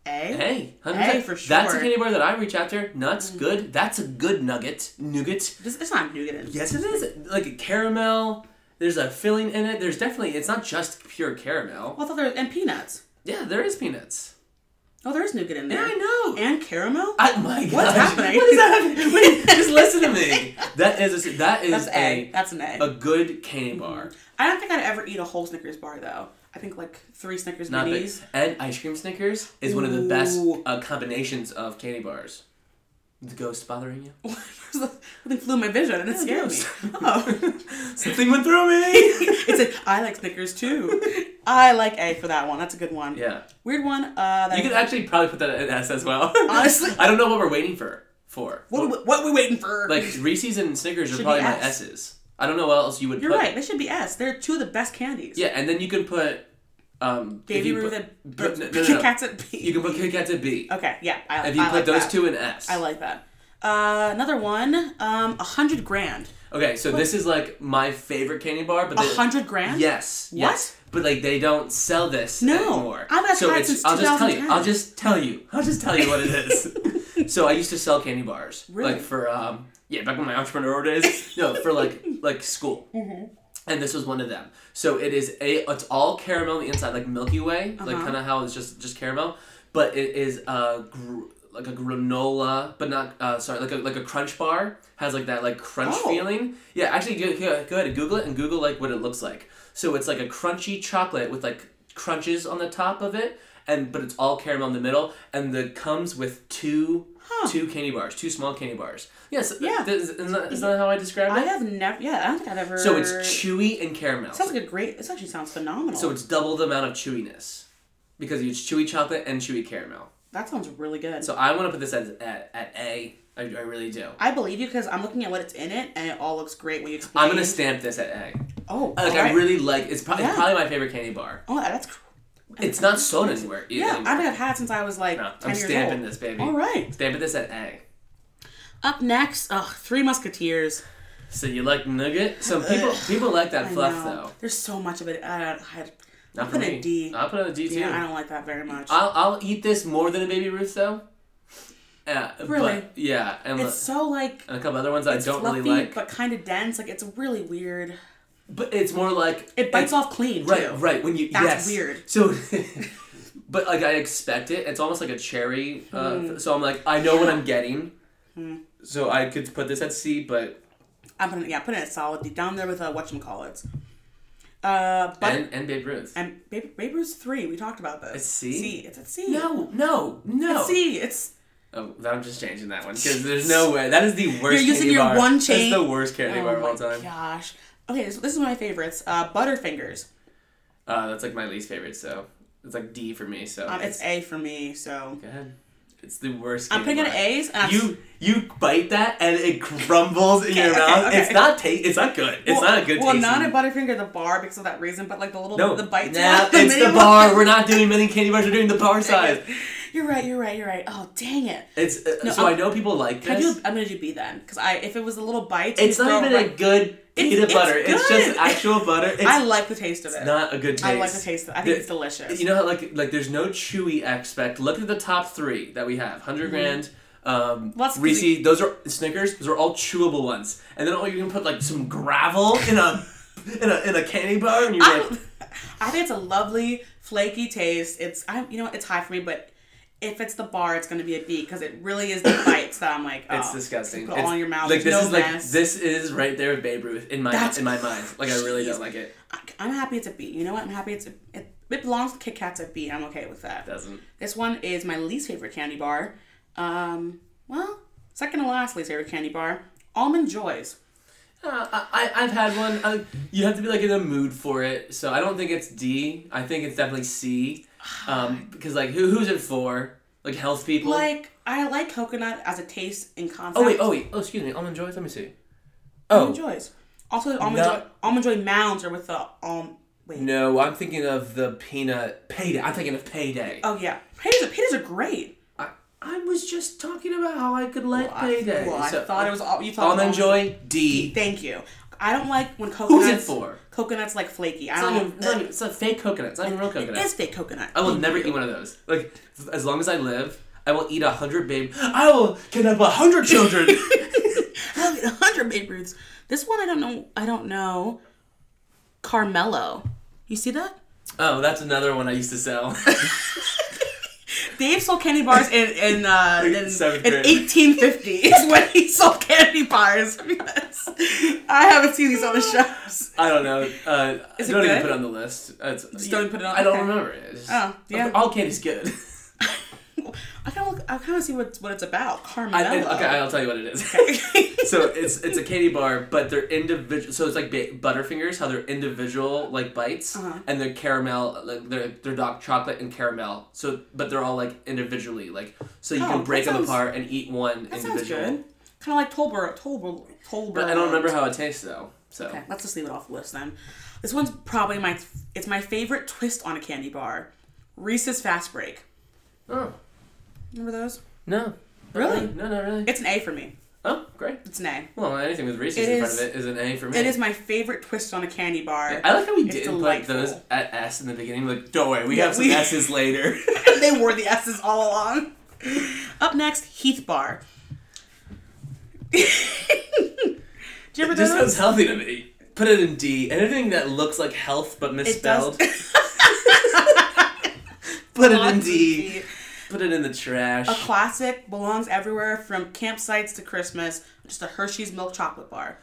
S2: a.
S1: Hey, Mm. 100%.
S2: Hey, for
S1: That's a
S2: sure.
S1: candy bar that I reach after. Nuts, good. That's a good nugget. Nougat.
S2: This, it's not nougat. in-
S1: Yes, it is. Like a caramel. There's a filling in it. There's definitely. It's not just pure caramel.
S2: Well, I thought there and peanuts.
S1: Yeah, there is peanuts.
S2: Oh, there is nougat in
S1: Yeah,
S2: there.
S1: I know.
S2: And caramel.
S1: I, my God!
S2: What's happening?
S1: What is happening? Wait, just listen to me. That is a, that is
S2: That's Mm-hmm. A.
S1: a,
S2: That's an A.
S1: a good candy bar.
S2: I don't think I'd ever eat a whole Snickers bar though. I think like three Snickers
S1: Not big.
S2: minis.
S1: And ice cream Snickers is one of the best
S2: Ooh.
S1: uh, combinations of candy bars. The ghost bothering you?
S2: Something flew in my vision and it scared me.
S1: yes.
S2: Oh.
S1: Something went through me.
S2: it said, I like Snickers too. I like A for that one. That's a good one.
S1: yeah,
S2: Weird one. Uh, that
S1: you could actually probably put that in S as well.
S2: Honestly.
S1: I don't know what we're waiting for. For
S2: what, are we, what are we waiting for?
S1: like Reese's and Snickers
S2: Should
S1: are
S2: be
S1: probably my
S2: S.
S1: S's. I don't know what else you would
S2: You're
S1: put.
S2: right. They should be S. They're two of the best candies.
S1: Yeah, and then you can put. Um, if
S2: Baby
S1: you
S2: Ruth
S1: put-
S2: and
S1: put- no, no, no,
S2: Kit
S1: no.
S2: Kats at B.
S1: You can put Kit Kat to B.
S2: okay, yeah. I,
S1: If you
S2: I
S1: put
S2: like
S1: those
S2: that.
S1: two in S.
S2: I like that. Uh, another one. Um, a hundred grand.
S1: Okay, so this is like my favorite candy bar, but
S2: A
S1: they,
S2: hundred grand.
S1: Yes.
S2: What?
S1: Yes. But like they don't sell this
S2: No.
S1: anymore.
S2: I've had
S1: so
S2: Tide
S1: it's,
S2: since
S1: I'll just tell you.
S2: 2010.
S1: I'll just tell you. I'll just tell you what it is. so I used to sell candy bars,
S2: Really?
S1: like for um, yeah, back in my entrepreneurial days. no, for like like school.
S2: Mm-hmm.
S1: And this was one of them. So it is a it's all caramel on the inside, like Milky Way, like
S2: Uh-huh.
S1: kind of how it's just just caramel, but it is a gr- like a granola, but not uh, sorry, like a like a crunch bar has like that like crunch
S2: Oh.
S1: feeling. Yeah, actually, go, go, go ahead and Google it and Google like what it looks like. So it's like a crunchy chocolate with like crunches on the top of it, and but it's all caramel in the middle, and it comes with two
S2: Huh.
S1: two candy bars, two small candy bars. Yes,
S2: Yeah.
S1: yeah. Is, isn't that- isn't that how I described
S2: I
S1: it?
S2: have never. Yeah, I don't think I've ever.
S1: So it's chewy and caramel.
S2: sounds like a great. This actually sounds phenomenal.
S1: So it's double the amount of chewiness because it's chewy chocolate and chewy caramel.
S2: that sounds really good.
S1: So I want to put this as at, at A. I, I really do.
S2: I believe you because I'm looking at what it's in it, and it all looks great when you explain.
S1: I'm gonna stamp this at A.
S2: Oh,
S1: Like I
S2: alright.
S1: really like. It's probably
S2: Yeah.
S1: probably my favorite candy bar.
S2: Oh, that's. cr-
S1: It's not sold anywhere. e-
S2: Yeah,
S1: anymore.
S2: I have had since I was like
S1: No,
S2: 10
S1: I'm
S2: years
S1: stamping
S2: old.
S1: this baby.
S2: All right.
S1: Stamping this at A.
S2: Up next, ugh, Three Musketeers.
S1: So you like nougat? Some people people like that
S2: I
S1: fluff
S2: know.
S1: though.
S2: There's so much of it. I, I, I
S1: Not
S2: put
S1: for
S2: a
S1: me.
S2: D.
S1: I'll put it a D too.
S2: yeah, I don't like that very much.
S1: I'll, I'll eat this more than a baby Ruth though. Yeah,
S2: Really?
S1: But, yeah, and,
S2: it's so like
S1: and a couple other ones I don't
S2: fluffy
S1: really like.
S2: but kind of dense. Like it's really weird.
S1: But it's more like
S2: It bites
S1: it's-
S2: off clean
S1: Right,
S2: too.
S1: right. When you
S2: That's
S1: yes.
S2: weird.
S1: So, but like I expect it. It's almost like a cherry. Uh,
S2: Hmm.
S1: So I'm like, I know what I'm getting. So I could put this at C, but
S2: I'm putting yeah, putting it solid down there with uh, whatchamacallit. Uh, but and,
S1: and and Babe Ruth.
S2: Babe, Babe Ruth's three. We talked about this.
S1: It's C?
S2: C. It's at C.
S1: no, no, no.
S2: It's C. It's
S1: Oh, I'm just changing that one because there's no way. That is the worst.
S2: You're using
S1: candy
S2: your
S1: bar.
S2: one chain-
S1: That's the worst candy
S2: oh
S1: bar of
S2: my
S1: all time.
S2: gosh. Okay, this, this is one of my favorites. Uh, Butterfingers.
S1: Uh, that's like my least favorite. So it's like D for me. So
S2: Um, it's A for me, so
S1: go ahead. It's the worst.
S2: I'm
S1: candy
S2: picking
S1: bar.
S2: A's. And I'm
S1: You you bite that and it crumbles in your
S2: Okay, okay,
S1: mouth.
S2: okay.
S1: It's not taste. It's not good. It's
S2: well,
S1: not a good.
S2: Well,
S1: tasting-
S2: not at Butterfinger the bar because of that reason, but like the little
S1: No,
S2: the bite.
S1: Nah,
S2: size,
S1: it's the
S2: mini
S1: bar.
S2: one.
S1: We're not doing mini candy bars. We're doing the bar size.
S2: You're right. You're right. You're right. Oh dang it!
S1: It's uh,
S2: No,
S1: so i
S2: I'm-
S1: know people like
S2: I
S1: this.
S2: do, I'm gonna do B then because I if it was a little bite,
S1: It's
S2: you
S1: not
S2: throw
S1: even
S2: it
S1: a good
S2: It's-
S1: peanut
S2: it's
S1: butter. It's just
S2: good.
S1: actual butter. It's
S2: I like the taste of it.
S1: not a good taste.
S2: I like the taste of it. I think
S1: The-
S2: it's delicious.
S1: You know how like like there's no chewy aspect. Look at the top three that we have: hundred
S2: Mm-hmm.
S1: grand, um,
S2: Let's-
S1: Reese. Those are Snickers. Those are all chewable ones. And then all you can put like some gravel in a in a in a candy bar, and you're
S2: I,
S1: like,
S2: I think it's a lovely flaky taste. It's I you know it's high for me, but if it's the bar, it's gonna be a B because it really is the bites that I'm like. Oh,
S1: it's disgusting.
S2: Put it
S1: It's-
S2: all in your mouth.
S1: Like this
S2: There's
S1: is
S2: no
S1: like
S2: mess.
S1: this is right there with Babe Ruth in my
S2: That's-
S1: in my mind. Like I really
S2: Jeez.
S1: don't like it.
S2: I, I'm happy it's a B. You know what? I'm happy it's a, it. It belongs to Kit Kats at B. I'm okay with that.
S1: Doesn't.
S2: This one is my least favorite candy bar. Um, well, second to last least favorite candy bar, Almond Joys.
S1: Uh, I, I- I've had one. I, you have to be like in the mood for it. So I don't think it's D. I think it's definitely C. Um, because like who who's it for? Like health people.
S2: Like I like coconut as a taste and concept.
S1: oh wait, oh wait, oh excuse me, almond joys. Let me see.
S2: Almond
S1: Oh
S2: Joys. Also, almond
S1: No.
S2: joy, almond joy mounds are with the um. Wait.
S1: no, I'm thinking of the peanut payday. I'm thinking of payday.
S2: Oh yeah, paydays. Paydays are great.
S1: I, I was just talking about how I could like
S2: I-
S1: payday.
S2: well, I
S1: So,
S2: thought it was all you thought. it
S1: almond
S2: was
S1: joy D.
S2: Thank you. I don't like when coconuts.
S1: Who's it for?
S2: Coconuts like flaky. I
S1: It's not even-
S2: don't.
S1: it's not even- it's a fake coconut. It's not even real coconut.
S2: It is fake coconut.
S1: I will
S2: Thank
S1: never
S2: you.
S1: eat one of those. Like f- as long as I live, I will eat a hundred babe. I will kidnap a hundred children.
S2: I'll eat a hundred Babe Ruths. This one I don't know. I don't know. Carmelo. You see that?
S1: oh, that's another one I used to sell.
S2: Dave sold candy bars in in uh, in, in
S1: seventh grade.
S2: 1850 is when he sold candy bars. Yes. I haven't seen these on the shelves.
S1: I don't know. Uh,
S2: Is it
S1: don't even
S2: good?
S1: put it on the list. It's, Just
S2: don't put it on-
S1: I don't
S2: okay.
S1: remember it. It's-
S2: Oh, yeah.
S1: All candy's good.
S2: I kind of look. I kind of see what what it's about.
S1: I,
S2: Carmelo.
S1: I- okay, I'll tell you what it is. so it's it's a candy bar, but they're individual. So it's like ba- Butterfingers, how they're individual like bites,
S2: Uh-huh.
S1: and they're caramel, like they're they're dark chocolate and caramel. So but they're all like individually, like so you
S2: Oh,
S1: can
S2: that
S1: break them
S2: sounds-
S1: apart and eat one
S2: that sounds
S1: individual.
S2: good. Kind of like Tolbert. Tolbert. Tolbert.
S1: But I don't remember how it tastes though. So
S2: Okay, let's just leave it off the list then. This one's probably my. It's my favorite twist on a candy bar. Reese's Fast Break.
S1: oh
S2: Remember those?
S1: no,
S2: Really?
S1: no, not really.
S2: It's an A for me.
S1: oh great.
S2: It's an A.
S1: Well, anything with Reese's
S2: It
S1: in
S2: is-
S1: front of it is an A for me.
S2: It is my favorite twist on a candy bar.
S1: I like how we
S2: It's
S1: did put
S2: delightful.
S1: those at S in the beginning. Like, don't worry, we
S2: Yeah,
S1: have some
S2: we-
S1: S's later.
S2: they wore the S's all along. Up next, Heath Bar. Do you ever
S1: It just
S2: do
S1: sounds
S2: those?
S1: healthy to me. Put it in D. Anything that looks like health but misspelled, put it in D. Put it in the trash.
S2: A classic belongs everywhere from campsites to Christmas. Just a Hershey's milk chocolate bar.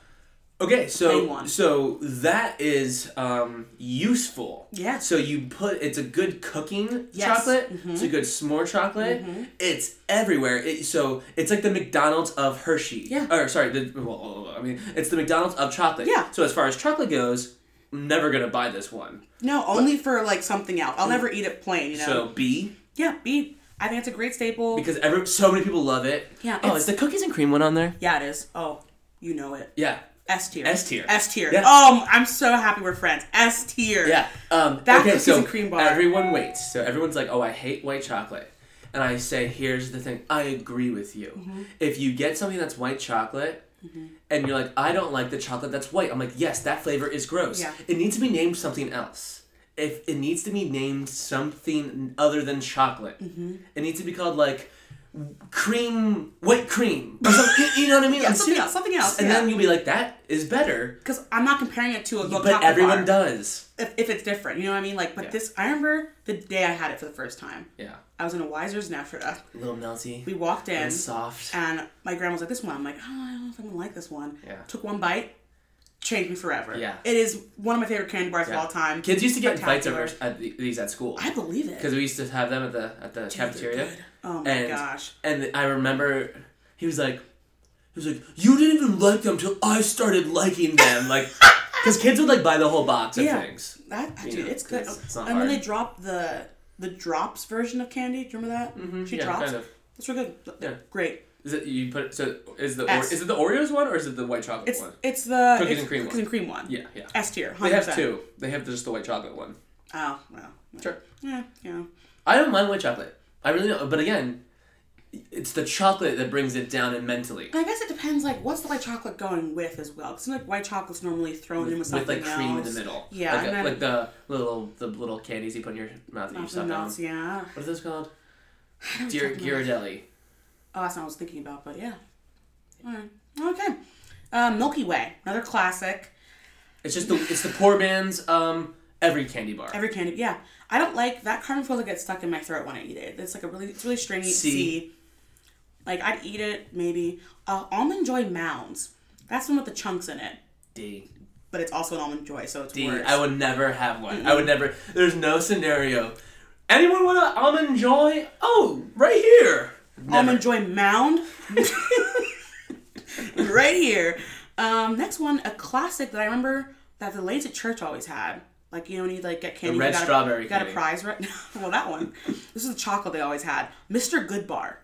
S1: Okay,
S2: Plain
S1: so
S2: one.
S1: so that is um, useful.
S2: Yeah.
S1: So you put it's a good cooking
S2: Yes. Mm-hmm.
S1: chocolate. It's a good s'more chocolate. It's everywhere. It, so it's like the McDonald's of Hershey.
S2: Yeah.
S1: Or sorry, the, well, I mean it's the McDonald's of chocolate.
S2: Yeah.
S1: So as far as chocolate goes, I'm never gonna buy this one.
S2: No, only for like something else. I'll never eat it plain. You know.
S1: Mm. So B
S2: yeah, B. I think it's a great staple.
S1: because every so many people love it.
S2: Yeah,
S1: Oh,
S2: it's-
S1: is the cookies and cream one on there?
S2: yeah, it is. Oh, you know it.
S1: Yeah.
S2: S tier.
S1: S tier.
S2: S tier.
S1: Yeah.
S2: Oh, I'm so happy we're friends. S tier.
S1: Yeah. Um,
S2: That
S1: okay,
S2: cookies
S1: so
S2: and cream bar.
S1: everyone waits. So everyone's like, oh, I hate white chocolate. And I say, here's the thing. I agree with you.
S2: Mm-hmm.
S1: If you get something that's white chocolate, and you're like, I don't like the chocolate that's white. I'm like, yes, that flavor is gross.
S2: Yeah.
S1: It needs to be named something else. If it needs to be named something other than chocolate,
S2: Mm-hmm.
S1: it needs to be called like cream, white cream, or something. you know what I mean? I'm
S2: something
S1: serious.
S2: else, something else,
S1: And
S2: yeah.
S1: then you'll be like, that is better.
S2: Because I'm not comparing it to a milk
S1: But
S2: chocolate
S1: everyone
S2: bar.
S1: does.
S2: if, if it's different, you know what I mean? Like, but
S1: Yeah.
S2: this, I remember the day I had it for the first time.
S1: Yeah.
S2: I was in a Wiser's in Africa.
S1: A little melty.
S2: We walked in,
S1: and soft.
S2: and my grandma was like, "This one." I'm like, "Oh, I don't know if I'm gonna like this one."
S1: Yeah.
S2: Took one bite, changed me forever.
S1: Yeah.
S2: It is one of my favorite candy bars
S1: Yeah.
S2: of all time.
S1: Kids used to get invites
S2: Spectacular.
S1: over at the- these at school
S2: I believe it.
S1: because we used to have them at the at the
S2: They're
S1: cafeteria.
S2: good. Oh my
S1: and-
S2: gosh.
S1: And I remember he was like, he was like, you didn't even like them till I started liking them, like, because kids would like buy the whole box of
S2: Yeah.
S1: things.
S2: That
S1: You
S2: dude,
S1: know,
S2: it's good.
S1: it's- it's not
S2: and when
S1: hard.
S2: they dropped the the drops version of candy, do you remember that? Mm-hmm. She
S1: yeah,
S2: drops.
S1: kind of.
S2: That's real good.
S1: Yeah.
S2: Great.
S1: Is it you put it, so is the
S2: S.
S1: Ore- is it the Oreos one or is it the white chocolate
S2: It's
S1: one?
S2: it's the
S1: Cookies
S2: it's
S1: and cream
S2: cookies
S1: one.
S2: and cream one.
S1: Yeah, yeah.
S2: S tier. 100%.
S1: They have two. They have just the white chocolate one.
S2: Oh well.
S1: Sure.
S2: Yeah. Yeah.
S1: I don't mind white chocolate. I really don't. But again, it's the chocolate that brings it down and mentally.
S2: I guess it depends. Like, what's the white chocolate going with as well? Because like white chocolate's normally thrown in with
S1: With
S2: something
S1: like cream in
S2: else.
S1: the middle.
S2: Yeah,
S1: Like,
S2: and
S1: a-
S2: then-
S1: like the little the little candies you put in your mouth that you stuff
S2: Nothing
S1: down.
S2: else. Yeah.
S1: What are those called?
S2: what
S1: Dear
S2: you're talking about.
S1: Ghirardelli.
S2: Oh, that's not what I was thinking about, but yeah. All right. Okay. Um, Milky Way, another classic.
S1: It's just the it's the poor man's um every candy bar.
S2: Every candy, yeah. I don't like that caramel filling gets stuck in my throat when I eat it. It's like a really, it's really stringy. it's
S1: See.
S2: seedy. Like I'd eat it maybe. Uh, almond Joy Mounds. That's the one with the chunks in it,
S1: D.
S2: but it's also an almond joy, so it's
S1: D.
S2: worse.
S1: I would never have one. I would never. There's no scenario. Anyone want an almond joy? Oh, right here. Never.
S2: almond joy mound. right here. Um, next one, a classic that I remember that the ladies at church always had. Like you know when you like get candy,
S1: red
S2: you got
S1: strawberry
S2: a, you got a
S1: candy.
S2: prize right. well, that one. This is the chocolate they always had. Mr. Goodbar.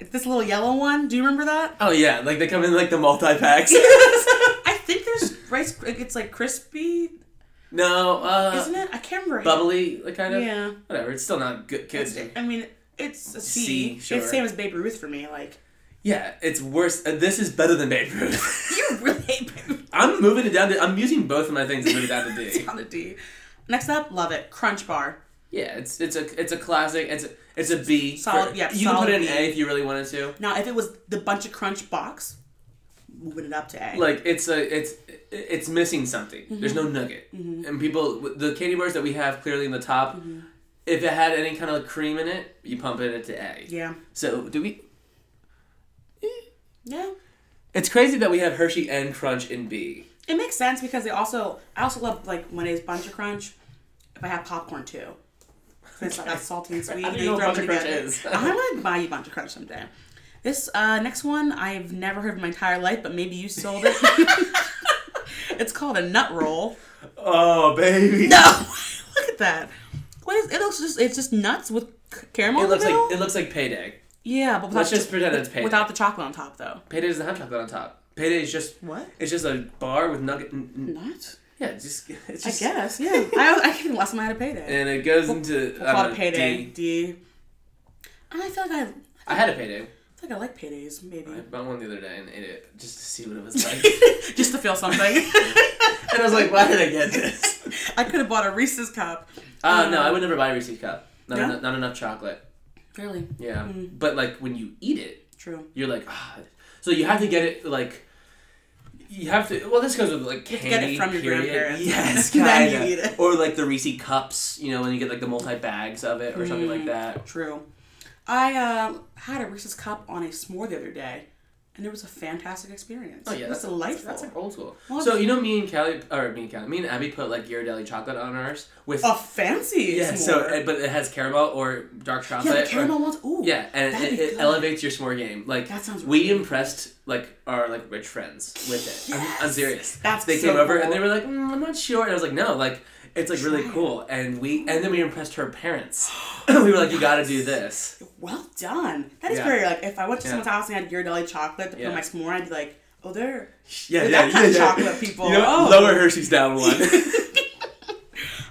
S2: It's this little yellow one. Do you remember that?
S1: Oh yeah, like they come in like the multi packs.
S2: I think there's rice. like, It's like crispy,
S1: no, uh,
S2: isn't it? I can't remember.
S1: bubbly, like kind of.
S2: Yeah.
S1: Whatever. It's still not good. Kids.
S2: I mean, it's a C.
S1: C, sure.
S2: It's same as Babe Ruth for me. Like
S1: Yeah, it's worse. Uh, this is better than Babe Ruth.
S2: you really hate Babe Ruth.
S1: I'm moving it down to. I'm using both of my things to move it down to
S2: It's
S1: D.
S2: on the D. Next up, love it. Crunch bar.
S1: Yeah, it's it's a it's a classic. It's a, it's a B.
S2: Solid- yeah,
S1: You can put
S2: solid
S1: it in
S2: B.
S1: A if you really wanted to.
S2: Now, if it was the bunch of crunch box, moving it up to A.
S1: Like it's a it's it's missing something. There's
S2: Mm-hmm.
S1: no nugget. And people, the candy bars that we have clearly in the top,
S2: Mm-hmm.
S1: if it had any kind of cream in it, you pump it into A.
S2: yeah,
S1: So do we?
S2: yeah,
S1: It's crazy that we have Hershey and Crunch in B.
S2: it makes sense because they also I also love like when it's bunch of crunch. If I have popcorn too, 'Cause it's got salty and sweet.
S1: I don't
S2: and you
S1: know what
S2: throw
S1: Bunch
S2: them
S1: of Crunch
S2: together.
S1: is.
S2: I'm gonna buy you bunch of crunch someday. This uh, next one I've never heard in my entire life, but maybe you sold it. it's called a nut roll.
S1: Oh baby.
S2: No, look at that. What is? It looks just it's just nuts with c- caramel.
S1: It looks
S2: in the
S1: like
S2: middle?
S1: it looks like payday.
S2: yeah, but
S1: Let's
S2: without
S1: just pretend it's payday.
S2: without the chocolate on top though.
S1: Payday doesn't have chocolate on top. Payday is just
S2: What?
S1: It's just a bar with nugget. N- n-
S2: Not.
S1: yeah, it's just it's
S2: I
S1: just.
S2: guess, yeah. I, I can last time I had a payday.
S1: And it goes into
S2: We'll
S1: I
S2: call
S1: don't
S2: it
S1: know,
S2: payday.
S1: uh, D.
S2: D. I feel like I, I feel
S1: I had a payday.
S2: like I like paydays, maybe.
S1: I bought one the other day and ate it just to see what it was like.
S2: Just to feel something. I
S1: and I was like, why did I get this?
S2: could have bought a Reese's cup.
S1: Uh, no, I would never buy a Reese's cup. Not,
S2: No?
S1: enough, not enough chocolate.
S2: Really?
S1: Yeah,
S2: Hmm.
S1: but like when you eat it,
S2: True.
S1: you're like, ah. so you have to get it like. You have to. Well, this goes with like candy.
S2: get it from your
S1: period.
S2: grandparents.
S1: Yes,
S2: Then you
S1: kinda.
S2: eat it.
S1: Or like the Reese cups. You know, when you get like the multi bags of it or something
S2: Hmm.
S1: like that.
S2: True. I uh, had a Reese's cup on a s'more the other day, and it was a fantastic experience.
S1: Oh yeah,
S2: it was
S1: that's
S2: delightful.
S1: That's like old school.
S2: Well,
S1: so you know, me and Callie, or me and Callie, me and Abby put like Ghirardelli chocolate on ours with
S2: a fancy
S1: yeah.
S2: s'more.
S1: So, uh, but it has caramel or dark
S2: yeah,
S1: chocolate.
S2: the
S1: or-
S2: caramel ones. Ooh,
S1: uh, yeah, and
S2: that'd
S1: it,
S2: be
S1: it
S2: good.
S1: elevates your s'more game. Like
S2: That sounds
S1: we
S2: really-
S1: impressed like our like rich friends with it. I'm, I'm
S2: Yes!
S1: serious.
S2: That's
S1: they
S2: so
S1: came over and
S2: cool.
S1: they were like, mm, I'm not sure, and I was like, no, like it's like really
S2: Try it.
S1: cool. And we and then we impressed her parents. we were like, you got to do this.
S2: Well done. That is
S1: Yeah.
S2: very like if I went to
S1: Yeah.
S2: someone's house and had Ghirardelli chocolate to put on
S1: Yeah.
S2: my s'more, I'd be like, oh, they're.
S1: Yeah,
S2: That
S1: yeah,
S2: kind of
S1: yeah, yeah.
S2: chocolate, people.
S1: You know,
S2: Oh.
S1: what? lower Hershey's down one.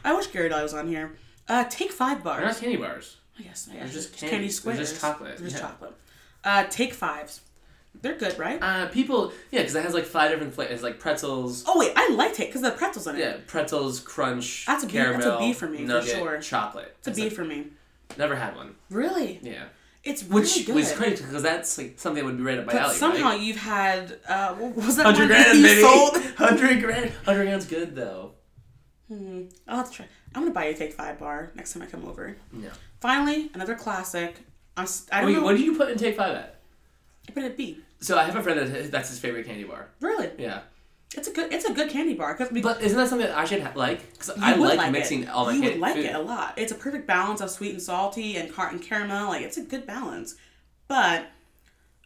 S2: I wish Ghirardelli was on here. Uh, take five
S1: They're not
S2: bars.
S1: candy bars.
S2: I guess. I guess.
S1: just
S2: It's
S1: candy. They're
S2: squares.
S1: just chocolate,
S2: They're just
S1: yeah.
S2: chocolate. Uh, take fives. They're good, right?
S1: Uh, people, yeah, because it has like five different flavors, like pretzels.
S2: oh wait, I like take because the pretzels in it.
S1: Yeah, pretzels, crunch,
S2: That's a B-
S1: caramel,
S2: that's a B for me, for
S1: nugget,
S2: sure.
S1: chocolate.
S2: It's a B for me.
S1: never had one.
S2: Really?
S1: Yeah,
S2: It's really
S1: which
S2: good.
S1: was crazy because that's like something that would be right up my
S2: But
S1: alley.
S2: somehow
S1: right?
S2: you've had uh, what was that one
S1: hundred
S2: that
S1: grand,
S2: you
S1: baby.
S2: sold?
S1: Hundred grand. Hundred grand's good though.
S2: I'll have to try. I'm gonna buy you a take five bar next time I come over.
S1: No.
S2: Finally, another classic. I'm. s- I don't
S1: Wait,
S2: know.
S1: what do you put in Take Five at?
S2: I put it B.
S1: So I have a friend that that's his favorite candy bar.
S2: Really?
S1: Yeah,
S2: It's a good. It's a good candy bar because we.
S1: But isn't that something that I should ha- like? Because
S2: you
S1: I
S2: would
S1: like, mixing
S2: it.
S1: all my
S2: You
S1: candy
S2: would like
S1: food.
S2: it a lot. It's a perfect balance of sweet and salty and tart and caramel. Like it's a good balance, but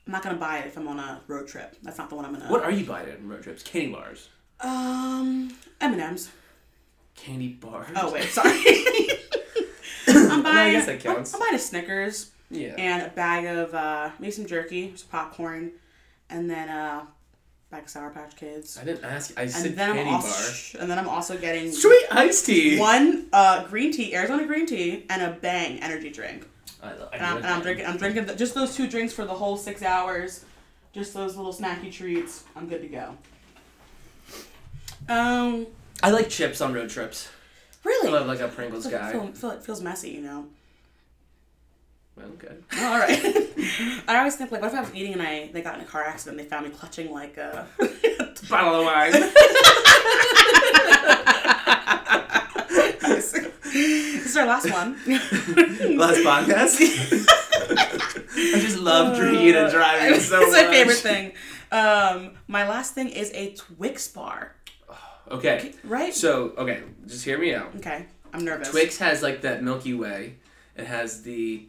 S2: I'm not gonna buy it if I'm on a road trip. That's not the one I'm gonna.
S1: What are you buying on road trips? Candy bars.
S2: Um, M and M's.
S1: Candy bars.
S2: Oh wait, sorry. I'm buying.
S1: I guess that counts.
S2: I'm, I'm buying a Snickers
S1: Yeah.
S2: and a bag of uh, maybe some jerky, some popcorn, and then uh, bag of Sour Patch Kids.
S1: I didn't ask. I said
S2: And then I'm
S1: candy
S2: also,
S1: bar.
S2: shh, and then I'm also getting
S1: Sweet iced tea.
S2: one uh, green tea, Arizona green tea, and a Bang energy drink.
S1: I, I
S2: And I'm, and I'm drinking. I'm drinking th- just those two drinks for the whole six hours. Just those little snacky treats. I'm good to go. Um,
S1: I like chips on road trips.
S2: really.
S1: I love like a Pringles
S2: Feel-
S1: guy.
S2: Feel, feel, it feels messy, you know.
S1: Well, good.
S2: All right. I always think like, what if I was eating and I they got in a car accident? and They found me clutching like a
S1: Bottle of wine.
S2: this is our last one.
S1: Last podcast. I just love drinking and driving so
S2: Uh, it's
S1: much.
S2: my favorite thing. Um, my last thing is a Twix bar,
S1: Okay.
S2: right?
S1: So okay, just hear me out.
S2: okay, I'm nervous.
S1: Twix has like that Milky Way. It has the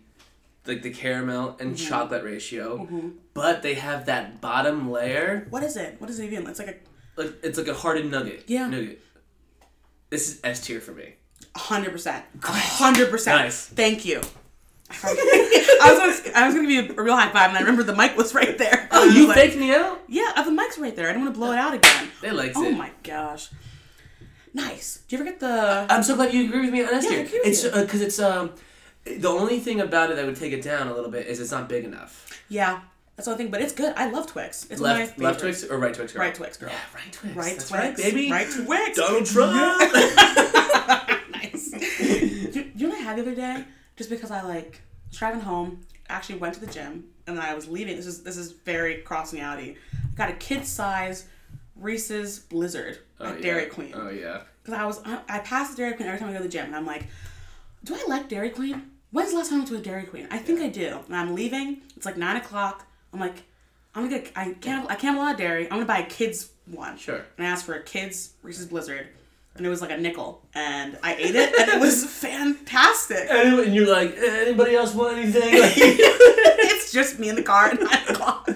S1: like the caramel and
S2: Mm-hmm.
S1: chocolate ratio, but they have that bottom layer.
S2: What is it? What is it even? It's like a
S1: Like it's like a hardened nugget.
S2: Yeah.
S1: Nugget. This is S tier for me.
S2: hundred percent, hundred percent.
S1: Nice.
S2: Thank you. I was gonna, I was gonna give you a real high five, and I remember the mic was right there. I
S1: Oh,
S2: was
S1: you
S2: like,
S1: faked me out.
S2: Yeah, uh, the mic's right there. I don't want to blow it out again.
S1: They likes
S2: Oh
S1: it.
S2: my gosh. Nice. Do you ever get the?
S1: I'm so glad you agree with me on S
S2: Yeah, I
S1: tier.
S2: agree with
S1: It's
S2: you.
S1: because it's um the only thing about it that would take it down a little bit is it's not big enough.
S2: Yeah, that's one thing. But it's good. I love Twix. It's one of
S1: Left
S2: my
S1: left
S2: favorites.
S1: Twix or right Twix? Girl?
S2: Right Twix, girl.
S1: Yeah, right Twix.
S2: Right
S1: That's
S2: Twix,
S1: right, baby. Oh,
S2: Right Twix.
S1: Donald Trump.
S2: nice. you, you know what I had the other day? Just because I like was driving home, actually went to the gym, and then I was leaving. This is this is very crossing outy. I got a kid size Reese's Blizzard at
S1: Oh,
S2: Dairy
S1: yeah.
S2: Queen.
S1: Oh yeah.
S2: Because I was, I, I pass Dairy Queen every time I go to the gym, and I'm like, do I like Dairy Queen? When's the last time I went to a Dairy Queen? I think I do. And I'm leaving. It's like nine o'clock. I'm like, I'm gonna get, I can't, I can't have a lot of dairy. I'm gonna buy a kids one.
S1: Sure.
S2: And I asked for a kids Reese's Blizzard, and it was like a nickel, and I ate it, and it was fantastic.
S1: Anyway, and you're like, "Eh, anybody else want anything? Like,
S2: it's just me in the car at nine o'clock.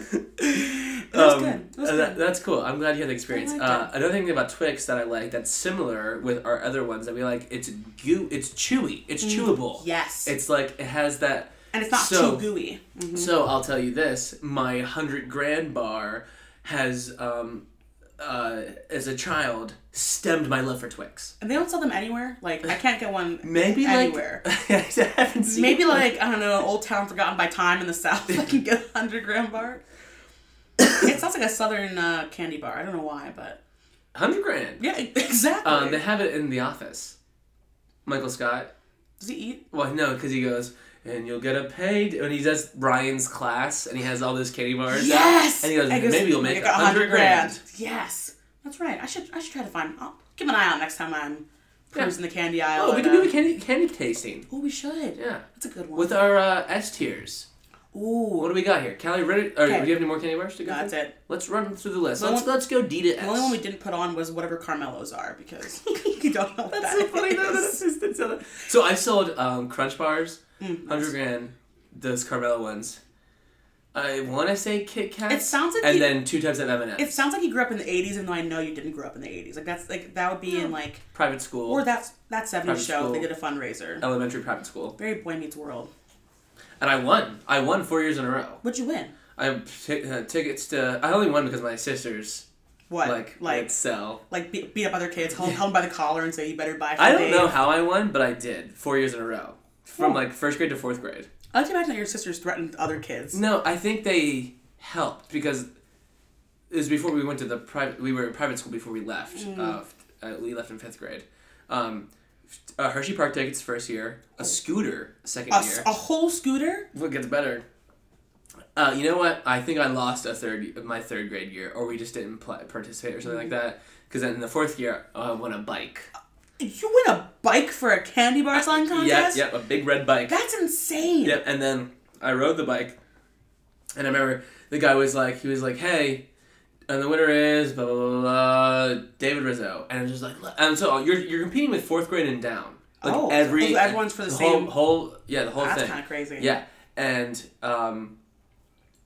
S2: It was
S1: um,
S2: good. It was
S1: uh,
S2: good.
S1: that- that's cool. I'm glad you had the experience.
S2: liked
S1: Uh, another thing about Twix that I like that's similar with our other ones that we like, it's goo, it's chewy, it's chewable.
S2: Mm, yes.
S1: It's like it has that.
S2: and it's not
S1: so,
S2: too gooey. Mhm.
S1: So I'll tell you this: my hundred grand bar has, um, uh, as a child, stemmed my love for Twix.
S2: And they don't sell them anywhere. Like I can't get one
S1: Maybe
S2: anywhere.
S1: like I haven't seen
S2: Maybe
S1: one.
S2: like I don't know, Old Town Forgotten by Time in the South. I can get a hundred gram bar. it sounds like a Southern uh, candy bar. I don't know why, but
S1: hundred grand.
S2: yeah, e- exactly.
S1: Um, they have it in the office. Michael Scott.
S2: Does he eat?
S1: Well, no, because he goes, and you'll get a paid. When he does Ryan's class, and he has all those candy bars.
S2: Yes.
S1: And he goes, maybe you'll make
S2: "Make
S1: a hundred grand.
S2: Yes, that's right. I should I should try to find. I'll keep an eye out next time I'm cruising the candy aisle.
S1: Oh, we
S2: at,
S1: could do a
S2: uh,
S1: candy candy tasting.
S2: Oh, we should.
S1: Yeah.
S2: that's a good one.
S1: With our uh, S tiers.
S2: Ooh,
S1: What do we got here? Cali, ready? Or, do
S2: Okay.
S1: you have any more candy bars to go?
S2: no,
S1: through?
S2: that's it.
S1: Let's run through the list.
S2: The
S1: Let's
S2: only-
S1: let's go D to S.
S2: The only one we didn't put on was whatever Carmelos are because you don't know. What
S1: That's
S2: that
S1: so funny though. That's
S2: is.
S1: just, that's so- so I sold um, Crunch bars,
S2: Mm,
S1: hundred grand, those Carmelo ones. I want to say Kit Kats.
S2: It sounds like
S1: and
S2: you-
S1: then two types of M and M's.
S2: It sounds like you grew up in the '80s, even though I know you didn't grow up in the '80s. Like that's like that would be in like
S1: private school.
S2: or that's that '70s
S1: Private
S2: show if they
S1: school. Oh.
S2: did a fundraiser.
S1: elementary private school,
S2: Very Boy Meets World.
S1: and I won. I won four years in a row.
S2: What'd you win?
S1: I t- uh, tickets to. I only won because my sisters
S2: What
S1: like
S2: like
S1: would sell.
S2: like beat, beat up other kids, hold, held 'em by the collar, and say you better buy. From
S1: I don't
S2: Dave."
S1: know how I won, but I did four years in a row, from
S2: Cool.
S1: like first grade to fourth grade.
S2: I like to imagine that your sisters threatened other kids.
S1: No, I think they helped because it was before we went to the private. We were at private school before we left. Uh, f- uh, we left in fifth grade. Um, f- uh, Hershey Park tickets first year, a scooter second
S2: A, s-
S1: year.
S2: a whole scooter.
S1: What gets better? Uh, you know what? I think I lost a third my third grade year, or we just didn't pl- participate or something like that. Because then in the fourth year, I won a bike.
S2: You win a bike for a candy bar sign
S1: Yep,
S2: contest.
S1: yep, a big red bike.
S2: That's insane.
S1: Yep, and then I rode the bike, and I remember the guy was like, he was like, "Hey, and the winner is blah blah blah, blah, blah David Rizzo, and I'm just like, and so you're you're competing with fourth grade and down, like
S2: Oh,
S1: every
S2: so everyone's for the
S1: whole,
S2: same-
S1: whole yeah the whole
S2: That's
S1: thing
S2: kinda crazy.
S1: yeah and um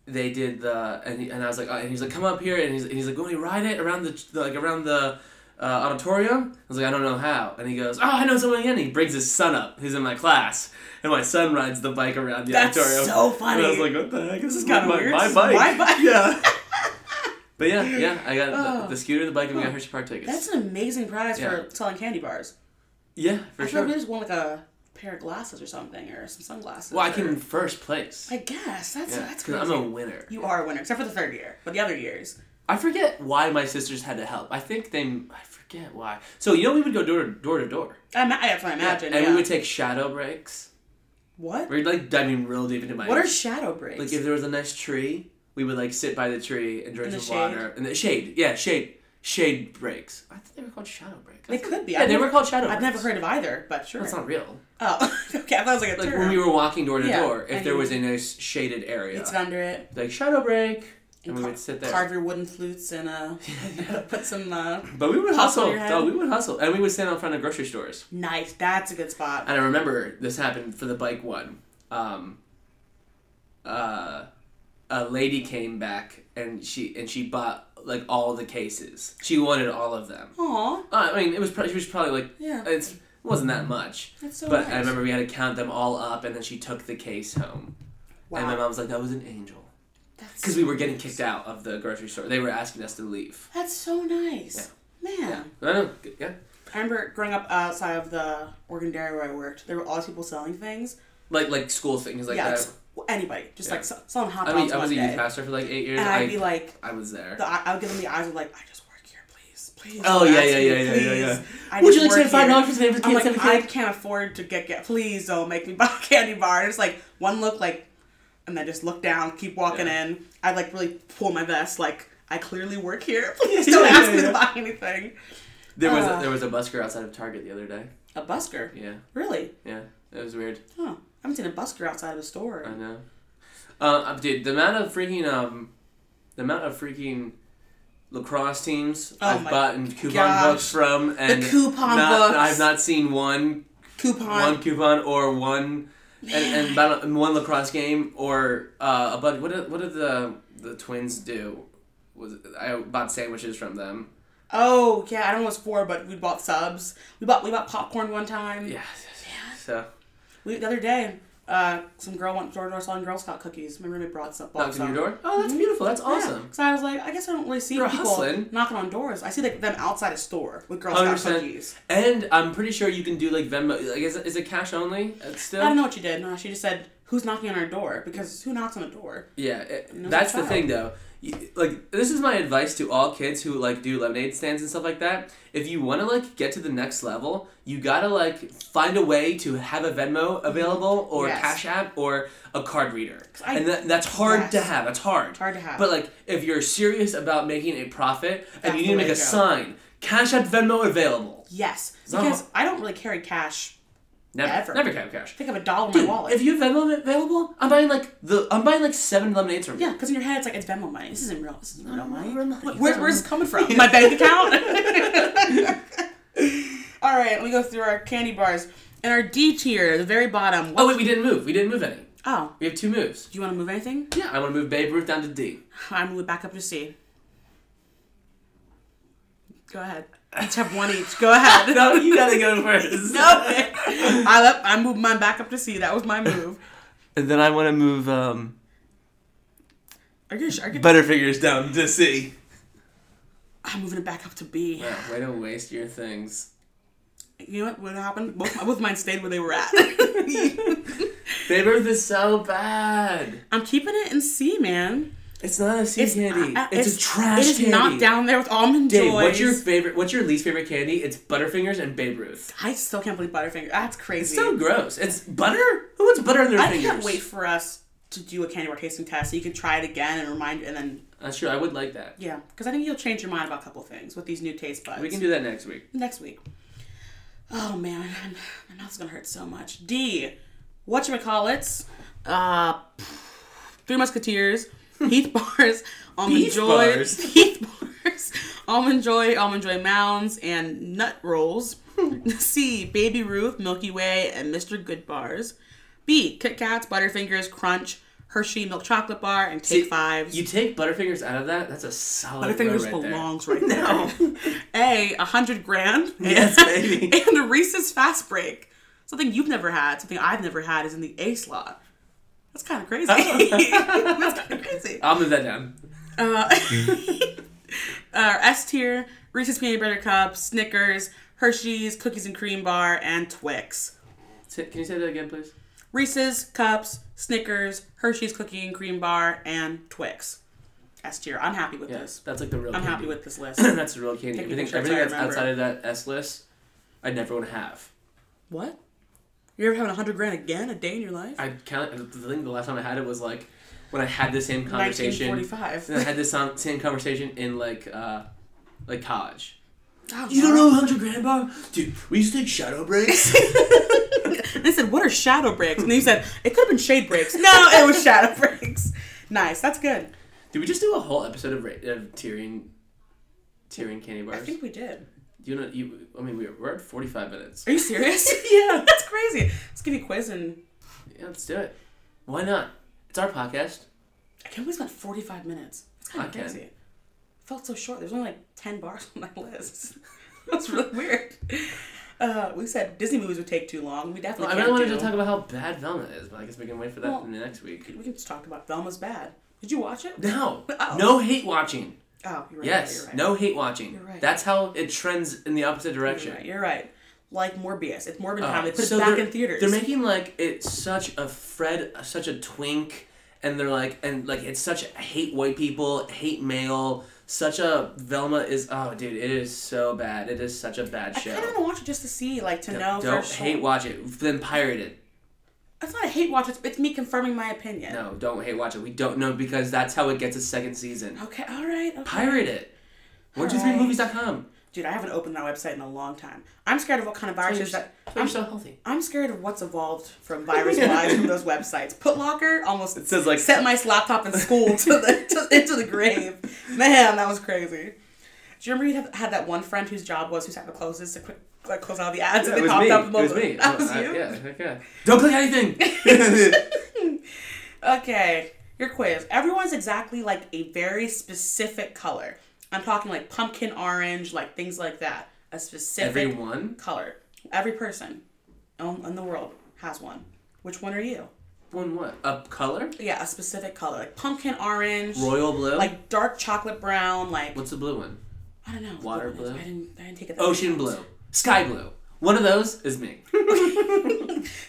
S1: they did the and, he, and I was like uh, and he's like come up here and he's, and he's like will you ride it around the like around the uh, auditorium I was like I don't know how and he goes oh I know someone again he brings his son up who's in my class and my son rides the bike around the
S2: That's
S1: auditorium
S2: so
S1: and I was
S2: funny.
S1: like what the heck this is
S2: kinda
S1: my,
S2: weird.
S1: my
S2: This is
S1: bike
S2: my bike.
S1: yeah but yeah yeah I got
S2: Oh.
S1: the, the scooter the bike and we got Hershey Park tickets
S2: That's an amazing prize
S1: Yeah.
S2: for selling candy bars.
S1: yeah for
S2: I
S1: sure
S2: thought we just won like a pair of glasses or something, or some sunglasses.
S1: well I
S2: or-
S1: came in first place
S2: I guess that's
S1: yeah
S2: that's
S1: because
S2: crazy.
S1: I'm a winner
S2: You are a winner, except for the third year, but the other years.
S1: I forget why my sisters had to help. I think they. I forget why. So you know we would go door to door to door.
S2: I ma- that's what I imagine.
S1: And
S2: yeah.
S1: we would take shadow breaks.
S2: what?
S1: We'd like diving real deep into my.
S2: What are shadow breaks?
S1: like if there was a nice tree, we would like sit by the tree and drink
S2: In the
S1: some water. And the shade, yeah, shade, shade breaks. I thought they were called shadow breaks.
S2: They could be.
S1: Yeah,
S2: I've
S1: they
S2: never-
S1: were called shadow.
S2: I've
S1: breaks.
S2: never heard of either, but sure.
S1: That's not real.
S2: oh, okay. I thought it was like a
S1: Like
S2: term.
S1: when we were walking door to
S2: Yeah,
S1: door, if
S2: I
S1: there
S2: mean-
S1: was a nice shaded area,
S2: It's under it.
S1: like shadow break, and, we
S2: Ca-
S1: would sit there.
S2: Carve your wooden flutes and uh, put some uh,
S1: but we would
S2: Hustle
S1: hustle.
S2: your head.
S1: Oh, we would hustle, and we would stand out front of grocery stores.
S2: knife. That's a good spot.
S1: and I remember this happened for the bike one. Um, uh, a lady came back and she and she bought like all the cases. She wanted all of them.
S2: Aw,
S1: Uh, I mean, it was pro- she was probably like
S2: Yeah.
S1: it's it wasn't that much.
S2: That's so
S1: but I
S2: nice.
S1: remember we had to count them all up, and then she took the case home. And my
S2: wow.
S1: mom was like, "That was an angel,"
S2: That's
S1: because we were getting kicked out of the grocery store. They were asking us to leave.
S2: That's so nice. Man.
S1: I know. Yeah.
S2: I remember growing up outside of the Oregon Dairy where I worked, there were always people selling things.
S1: Like like school things like
S2: yeah, like,
S1: that.
S2: s- anybody. Just
S1: Yeah.
S2: like s- selling hot
S1: I
S2: dogs
S1: mean, I
S2: one
S1: was a
S2: day.
S1: youth pastor for like eight years.
S2: and
S1: I,
S2: I'd be like,
S1: I was there.
S2: the, I I would give them the eyes of like, I just work here, please, please.
S1: Oh,
S2: don't
S1: yeah,
S2: ask
S1: yeah,
S2: me,
S1: yeah, yeah, yeah,
S2: please.
S1: yeah.
S2: I
S1: Would
S2: just
S1: you like to
S2: work
S1: send five
S2: here."
S1: dollars for today for the
S2: I'm
S1: kids,
S2: like,
S1: have a
S2: I
S1: kid?"
S2: can't afford to get, get, please don't make me buy a candy bar. And it's like one look, like, and then just look down, keep walking
S1: Yeah.
S2: in. I'd like really pull my vest, like, I clearly work here. Please don't ask me
S1: yeah,
S2: to
S1: yeah.
S2: buy anything.
S1: There was
S2: Uh.
S1: a, there was a busker outside of Target the other day.
S2: A busker?
S1: Yeah,
S2: Really?
S1: yeah, it was weird.
S2: Huh. I haven't seen a busker outside of a store.
S1: I know. Uh, dude, the amount of freaking um, the amount of freaking lacrosse teams
S2: Oh
S1: I've
S2: my
S1: bought and coupon
S2: gosh.
S1: books from, and
S2: coupon
S1: not-
S2: books.
S1: I've not seen one
S2: Coupon.
S1: one coupon or one and, and, battle, and one lacrosse game or uh, a bunch. What did, what did the the twins do? Was I bought sandwiches from them?
S2: Oh yeah, I don't know what's for, but we bought subs. We bought we bought popcorn one time.
S1: Yeah. So
S2: We, the other day, uh, some girl went door to door selling Girl Scout cookies. My roommate brought some. bought
S1: knocks
S2: some.
S1: on your door. Oh, that's beautiful. That's awesome.
S2: Because I was like, I guess I don't really see
S1: You're
S2: people
S1: hustling.
S2: knocking on doors. I see like them outside a store with Girl
S1: Hundred
S2: Scout
S1: percent.
S2: cookies.
S1: And I'm pretty sure you can do like Venmo. Like, is, is it cash only uh, still?
S2: I don't know what she did. No, she just said, "Who's knocking on our door?" Because who knocks on a door?
S1: Yeah, it,
S2: No
S1: that's the
S2: child.
S1: thing though. You, like this is my advice to all kids who like do lemonade stands and stuff like that. If you want to like get to the next level, you gotta like find a way to have a Venmo available or
S2: Mm-hmm. Yes.
S1: Cash App or a card reader,
S2: I-
S1: and that, that's hard to
S2: Yes.
S1: have. It's hard.
S2: Hard to have.
S1: But like, if you're serious about making a profit and
S2: That's
S1: you need
S2: the
S1: to
S2: way
S1: make a
S2: to go.
S1: sign, Cash App, Venmo available.
S2: Yes,
S1: No.
S2: because I don't really carry cash.
S1: Never,
S2: Ever.
S1: never have cash.
S2: I think I have a dollar in
S1: Dude,
S2: my wallet.
S1: if you have Venmo available, I'm buying like the I'm buying like seven lemonades from you.
S2: Yeah, because in your head it's like it's Venmo money. This isn't real. This isn't real money.
S1: Oh, real money.
S2: Wh- Where, where's this coming from? My bank account. All right, let me go through our candy bars and our D tier, the very bottom.
S1: Oh wait, we didn't move. We didn't move any.
S2: Oh,
S1: We have two moves.
S2: do you want to move anything?
S1: Yeah, I want to move Babe Ruth down to D.
S2: I move it back up to C. Go ahead. Each have one each. Go ahead.
S1: No, you gotta go first.
S2: I left, I moved mine back up to C. That was my move.
S1: And then I want to move um,
S2: Are you, are you,
S1: Butterfingers down to C.
S2: I'm moving it back up to B.
S1: Wow, way to waste your things.
S2: You know what would happen? Both, both mine stayed where they were at.
S1: Babe Ruth is so bad.
S2: I'm keeping it in C, man.
S1: It's not a C candy.
S2: I- I-
S1: it's, a trash
S2: uh, It is
S1: candy.
S2: not down there with almond
S1: Dave,
S2: joys.
S1: what's your favorite? What's your least favorite candy? It's Butterfingers and Babe Ruth.
S2: I still can't believe Butterfinger. That's
S1: It's
S2: crazy.
S1: so gross. It's butter. Who wants butter in their
S2: I
S1: fingers?
S2: can't wait for us to do a candy bar tasting test so you can try it again and remind and then
S1: That's true. I would like that.
S2: yeah, because I think you'll change your mind about a couple things with these new taste buds.
S1: We can do that next week.
S2: next week. Oh man, I'm- my mouth's gonna hurt so much. D, what you call it? Uh, Three Musketeers. Heath bars, almond
S1: Beef
S2: joy,
S1: bars.
S2: Heath bars, almond joy, almond joy mounds, and nut rolls. C. Baby Ruth, Milky Way, and Mr. Good bars. B. Kit Kats, Butterfingers, Crunch, Hershey milk chocolate bar, and Take
S1: See,
S2: Fives.
S1: You take Butterfingers out of that, that's a solid
S2: Butterfingers
S1: row right
S2: belongs right now. A. A hundred grand.
S1: There. Yes, baby.
S2: and a Reese's Fast Break. Something you've never had, something I've never had, is in the A slot. That's kind of crazy.
S1: Oh.
S2: That's kind of crazy.
S1: I'll move that down.
S2: Uh, uh, S tier: Reese's Peanut Butter Cup, Snickers, Hershey's Cookies and Cream Bar, and Twix.
S1: Say- Can you say that again, please?
S2: Reese's cups, Snickers, Hershey's Cookie and Cream Bar, and Twix. S tier. I'm happy with
S1: Yes,
S2: this.
S1: that's like the real.
S2: I'm
S1: candy.
S2: happy with this list.
S1: that's the real candy.
S2: Taking
S1: Everything,
S2: pictures,
S1: everything
S2: I
S1: that's
S2: remember.
S1: outside of that S list, I never want to have.
S2: what? You're ever having a hundred grand again a day in your life?
S1: I count. The thing the last time I had it was like when I had the same conversation.
S2: 1945.
S1: I had this on- same conversation in like uh, like college.
S2: Oh,
S1: You don't
S2: wow.
S1: know 100 grand bar? Dude, we used to take shadow breaks.
S2: And they said, "What are shadow breaks?" And they said, "It could have been shade breaks." No, it was shadow breaks. Nice. That's good.
S1: Did we just do a whole episode of, ra- of Tyrion, Tyrion candy bars?
S2: I think we did.
S1: Do you know? You, I mean, we're, we're at 45 minutes.
S2: Are you serious?
S1: yeah.
S2: That's crazy. Let's give you a quiz and
S1: Yeah, let's do it. Why not? It's our podcast.
S2: I can't believe we spent 45 minutes. That's kind
S1: I
S2: of
S1: can.
S2: crazy. Felt so short. There's only like 10 bars on that list. That's really weird. Uh, we said Disney movies would take too long. We
S1: Well,
S2: definitely
S1: I really
S2: can't
S1: wanted
S2: do.
S1: to talk about how bad Velma is, but I guess we can wait for that
S2: Well-
S1: in the next week.
S2: we can just talk about Velma's Bad. Did you watch it?
S1: No,
S2: Oh.
S1: no hate watching.
S2: Oh, you're right.
S1: Yes,
S2: you're right.
S1: no hate watching.
S2: You're right.
S1: That's how it trends in the opposite direction.
S2: You're right. You're right. Like Morbius. It's Morbid
S1: Uh,
S2: time. They put
S1: so
S2: it back
S1: they're-
S2: in theaters.
S1: They're making like it's such a Fred, such a twink, and they're like, and like it's such a hate white people, hate male, such a Velma is. Oh, dude, it is so bad. It is such a bad
S2: I
S1: show.
S2: kind of want to watch it just to see, like, to know
S1: Don't
S2: for sure.
S1: hate watch it. Then pirate it.
S2: It's not a hate watch. It's, it's me confirming my opinion.
S1: No, don't hate watch it. We don't know because that's how it gets a second season.
S2: Okay. All right. Okay.
S1: Pirate it. One two three
S2: Alright.
S1: movies.com.
S2: Dude, I haven't opened that website in a long time. I'm scared of what kind of
S1: You're
S2: viruses
S1: so-
S2: that.
S1: you're so healthy.
S2: I'm scared of what's evolved from virus wise from those websites. Putlocker almost it
S1: says, like-
S2: sent my laptop in school to the to, into the grave. Man, that was crazy. Do you remember you had- had that one friend whose job was who sat the closest to quick, like close out the ads and
S1: It
S2: they
S1: was
S2: popped
S1: me.
S2: up?
S1: It
S2: the
S1: was
S2: most-
S1: me.
S2: That
S1: Oh,
S2: was
S1: I-
S2: you.
S1: Yeah, okay. Don't click anything.
S2: Okay, your quiz. Everyone's exactly like a very specific color. I'm talking like pumpkin orange, like things like that. A specific
S1: Everyone.
S2: color. Every person on, in the world has one. Which one are you?
S1: One what? A color?
S2: Yeah, a specific color, like pumpkin orange,
S1: Royal blue.
S2: like dark chocolate brown, like
S1: what's the blue one?
S2: I don't know.
S1: water
S2: What is-
S1: blue?
S2: I didn't. I didn't take it. that
S1: Ocean
S2: way.
S1: blue. Sky blue. One of those is me.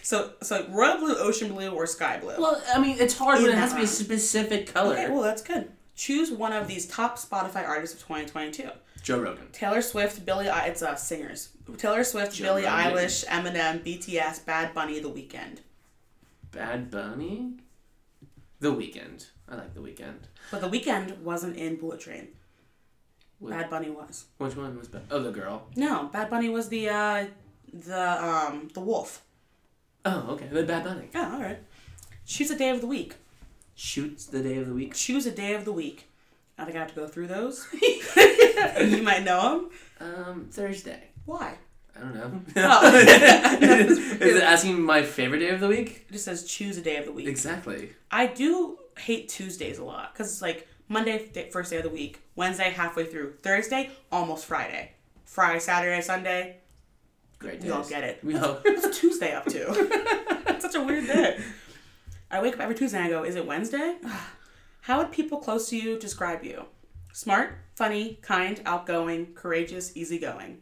S2: So so royal blue, ocean blue, or sky blue.
S1: well, I mean, it's hard when it has to be a
S2: Yeah.
S1: specific color.
S2: okay, well that's good. Choose one of these top Spotify artists of 2022.
S1: Joe Rogan.
S2: Taylor Swift, Billy. It's uh, singers. Taylor Swift, Billie
S1: Rogan.
S2: Eilish, Eminem, BTS, Bad Bunny, The Weeknd.
S1: Bad Bunny. The Weekend. I like The Weekend.
S2: But The Weeknd wasn't in Bullet Train. Bad Bunny was.
S1: Which one was bad? Oh, the girl.
S2: No, Bad Bunny was the uh, the um the wolf.
S1: Oh, okay. The Bad Bunny.
S2: Yeah, Oh, all right. Choose a day of the week.
S1: Shoots the day of the week.
S2: Choose a day of the week. I think I have to go through those. you might know them.
S1: Um, Thursday.
S2: Why?
S1: I don't know.
S2: Oh.
S1: is, it asking my favorite day of the week?
S2: It just says choose a day of the week.
S1: Exactly.
S2: I do hate Tuesdays a lot because it's like Monday, th- first day of the week, Wednesday, halfway through, Thursday, almost Friday. Friday, Saturday, Sunday,
S1: Great days.
S2: we all get it.
S1: We all.
S2: What's Tuesday up to? it's such a weird day. I wake up every Tuesday and I go, is it Wednesday? How would people close to you describe you? Smart, funny, kind, outgoing, courageous, easygoing.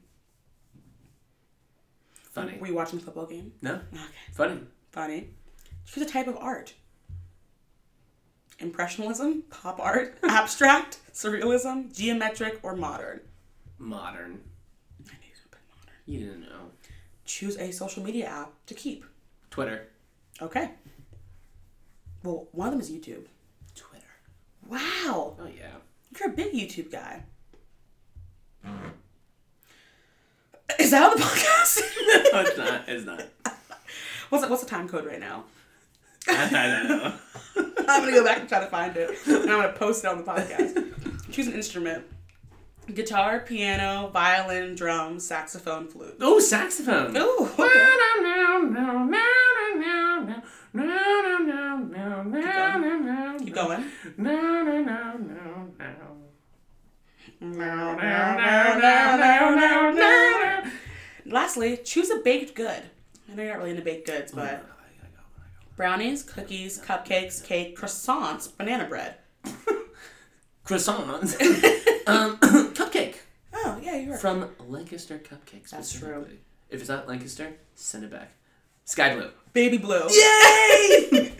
S1: Funny.
S2: Were you watching the football game?
S1: No?
S2: Okay.
S1: Funny.
S2: Funny. Choose a type of art. Impressionism, pop art, abstract, surrealism, geometric, or modern.
S1: Modern.
S2: I knew you were gonna put modern.
S1: You didn't know.
S2: Choose a social media app to keep.
S1: Twitter.
S2: Okay. Well, one of them is YouTube.
S1: Twitter.
S2: Wow.
S1: Oh, yeah.
S2: You're a big YouTube guy. Is that on the podcast?
S1: No, it's not. It's not.
S2: what's, the, what's the time code right now?
S3: I, I don't know.
S2: I'm gonna go back and try to find it, and I'm gonna post it on the podcast. Choose an instrument: guitar, piano, violin, drum, saxophone, flute.
S1: Oh, saxophone.
S2: Ooh, keep going. Lastly, choose a baked good. I know you're not really into baked goods, but brownies, cookies, cupcakes, cake, croissants, banana bread.
S1: Croissants. um, cupcake
S2: Oh yeah, you're right.
S1: from Lancaster Cupcakes.
S2: That's
S1: specifically.
S2: true.
S1: If it's not Lancaster, send it back. Sky blue.
S2: Baby blue.
S1: Yay!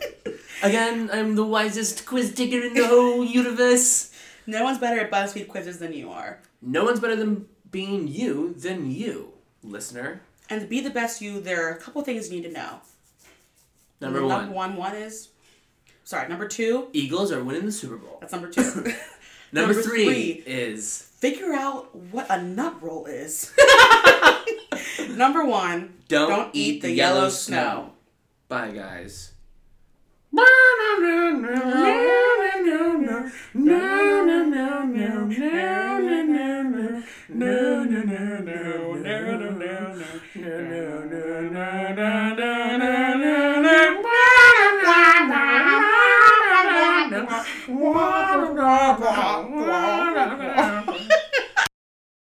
S1: Again, I'm the wisest quiz taker in the whole universe.
S2: No one's better at BuzzFeed quizzes than you are.
S1: No one's better than being you than you, listener.
S2: And to be the best you, there are a couple things you need to know.
S1: Number
S2: And
S1: one,
S2: Number one. One is, sorry. Number two.
S1: Eagles are winning the Super Bowl.
S2: That's number two.
S1: Number,
S2: Number
S1: three,
S2: three.
S1: is
S2: Figure out what a nut roll is. number one.
S1: Don't Eat the Yellow Snow. bye, guys.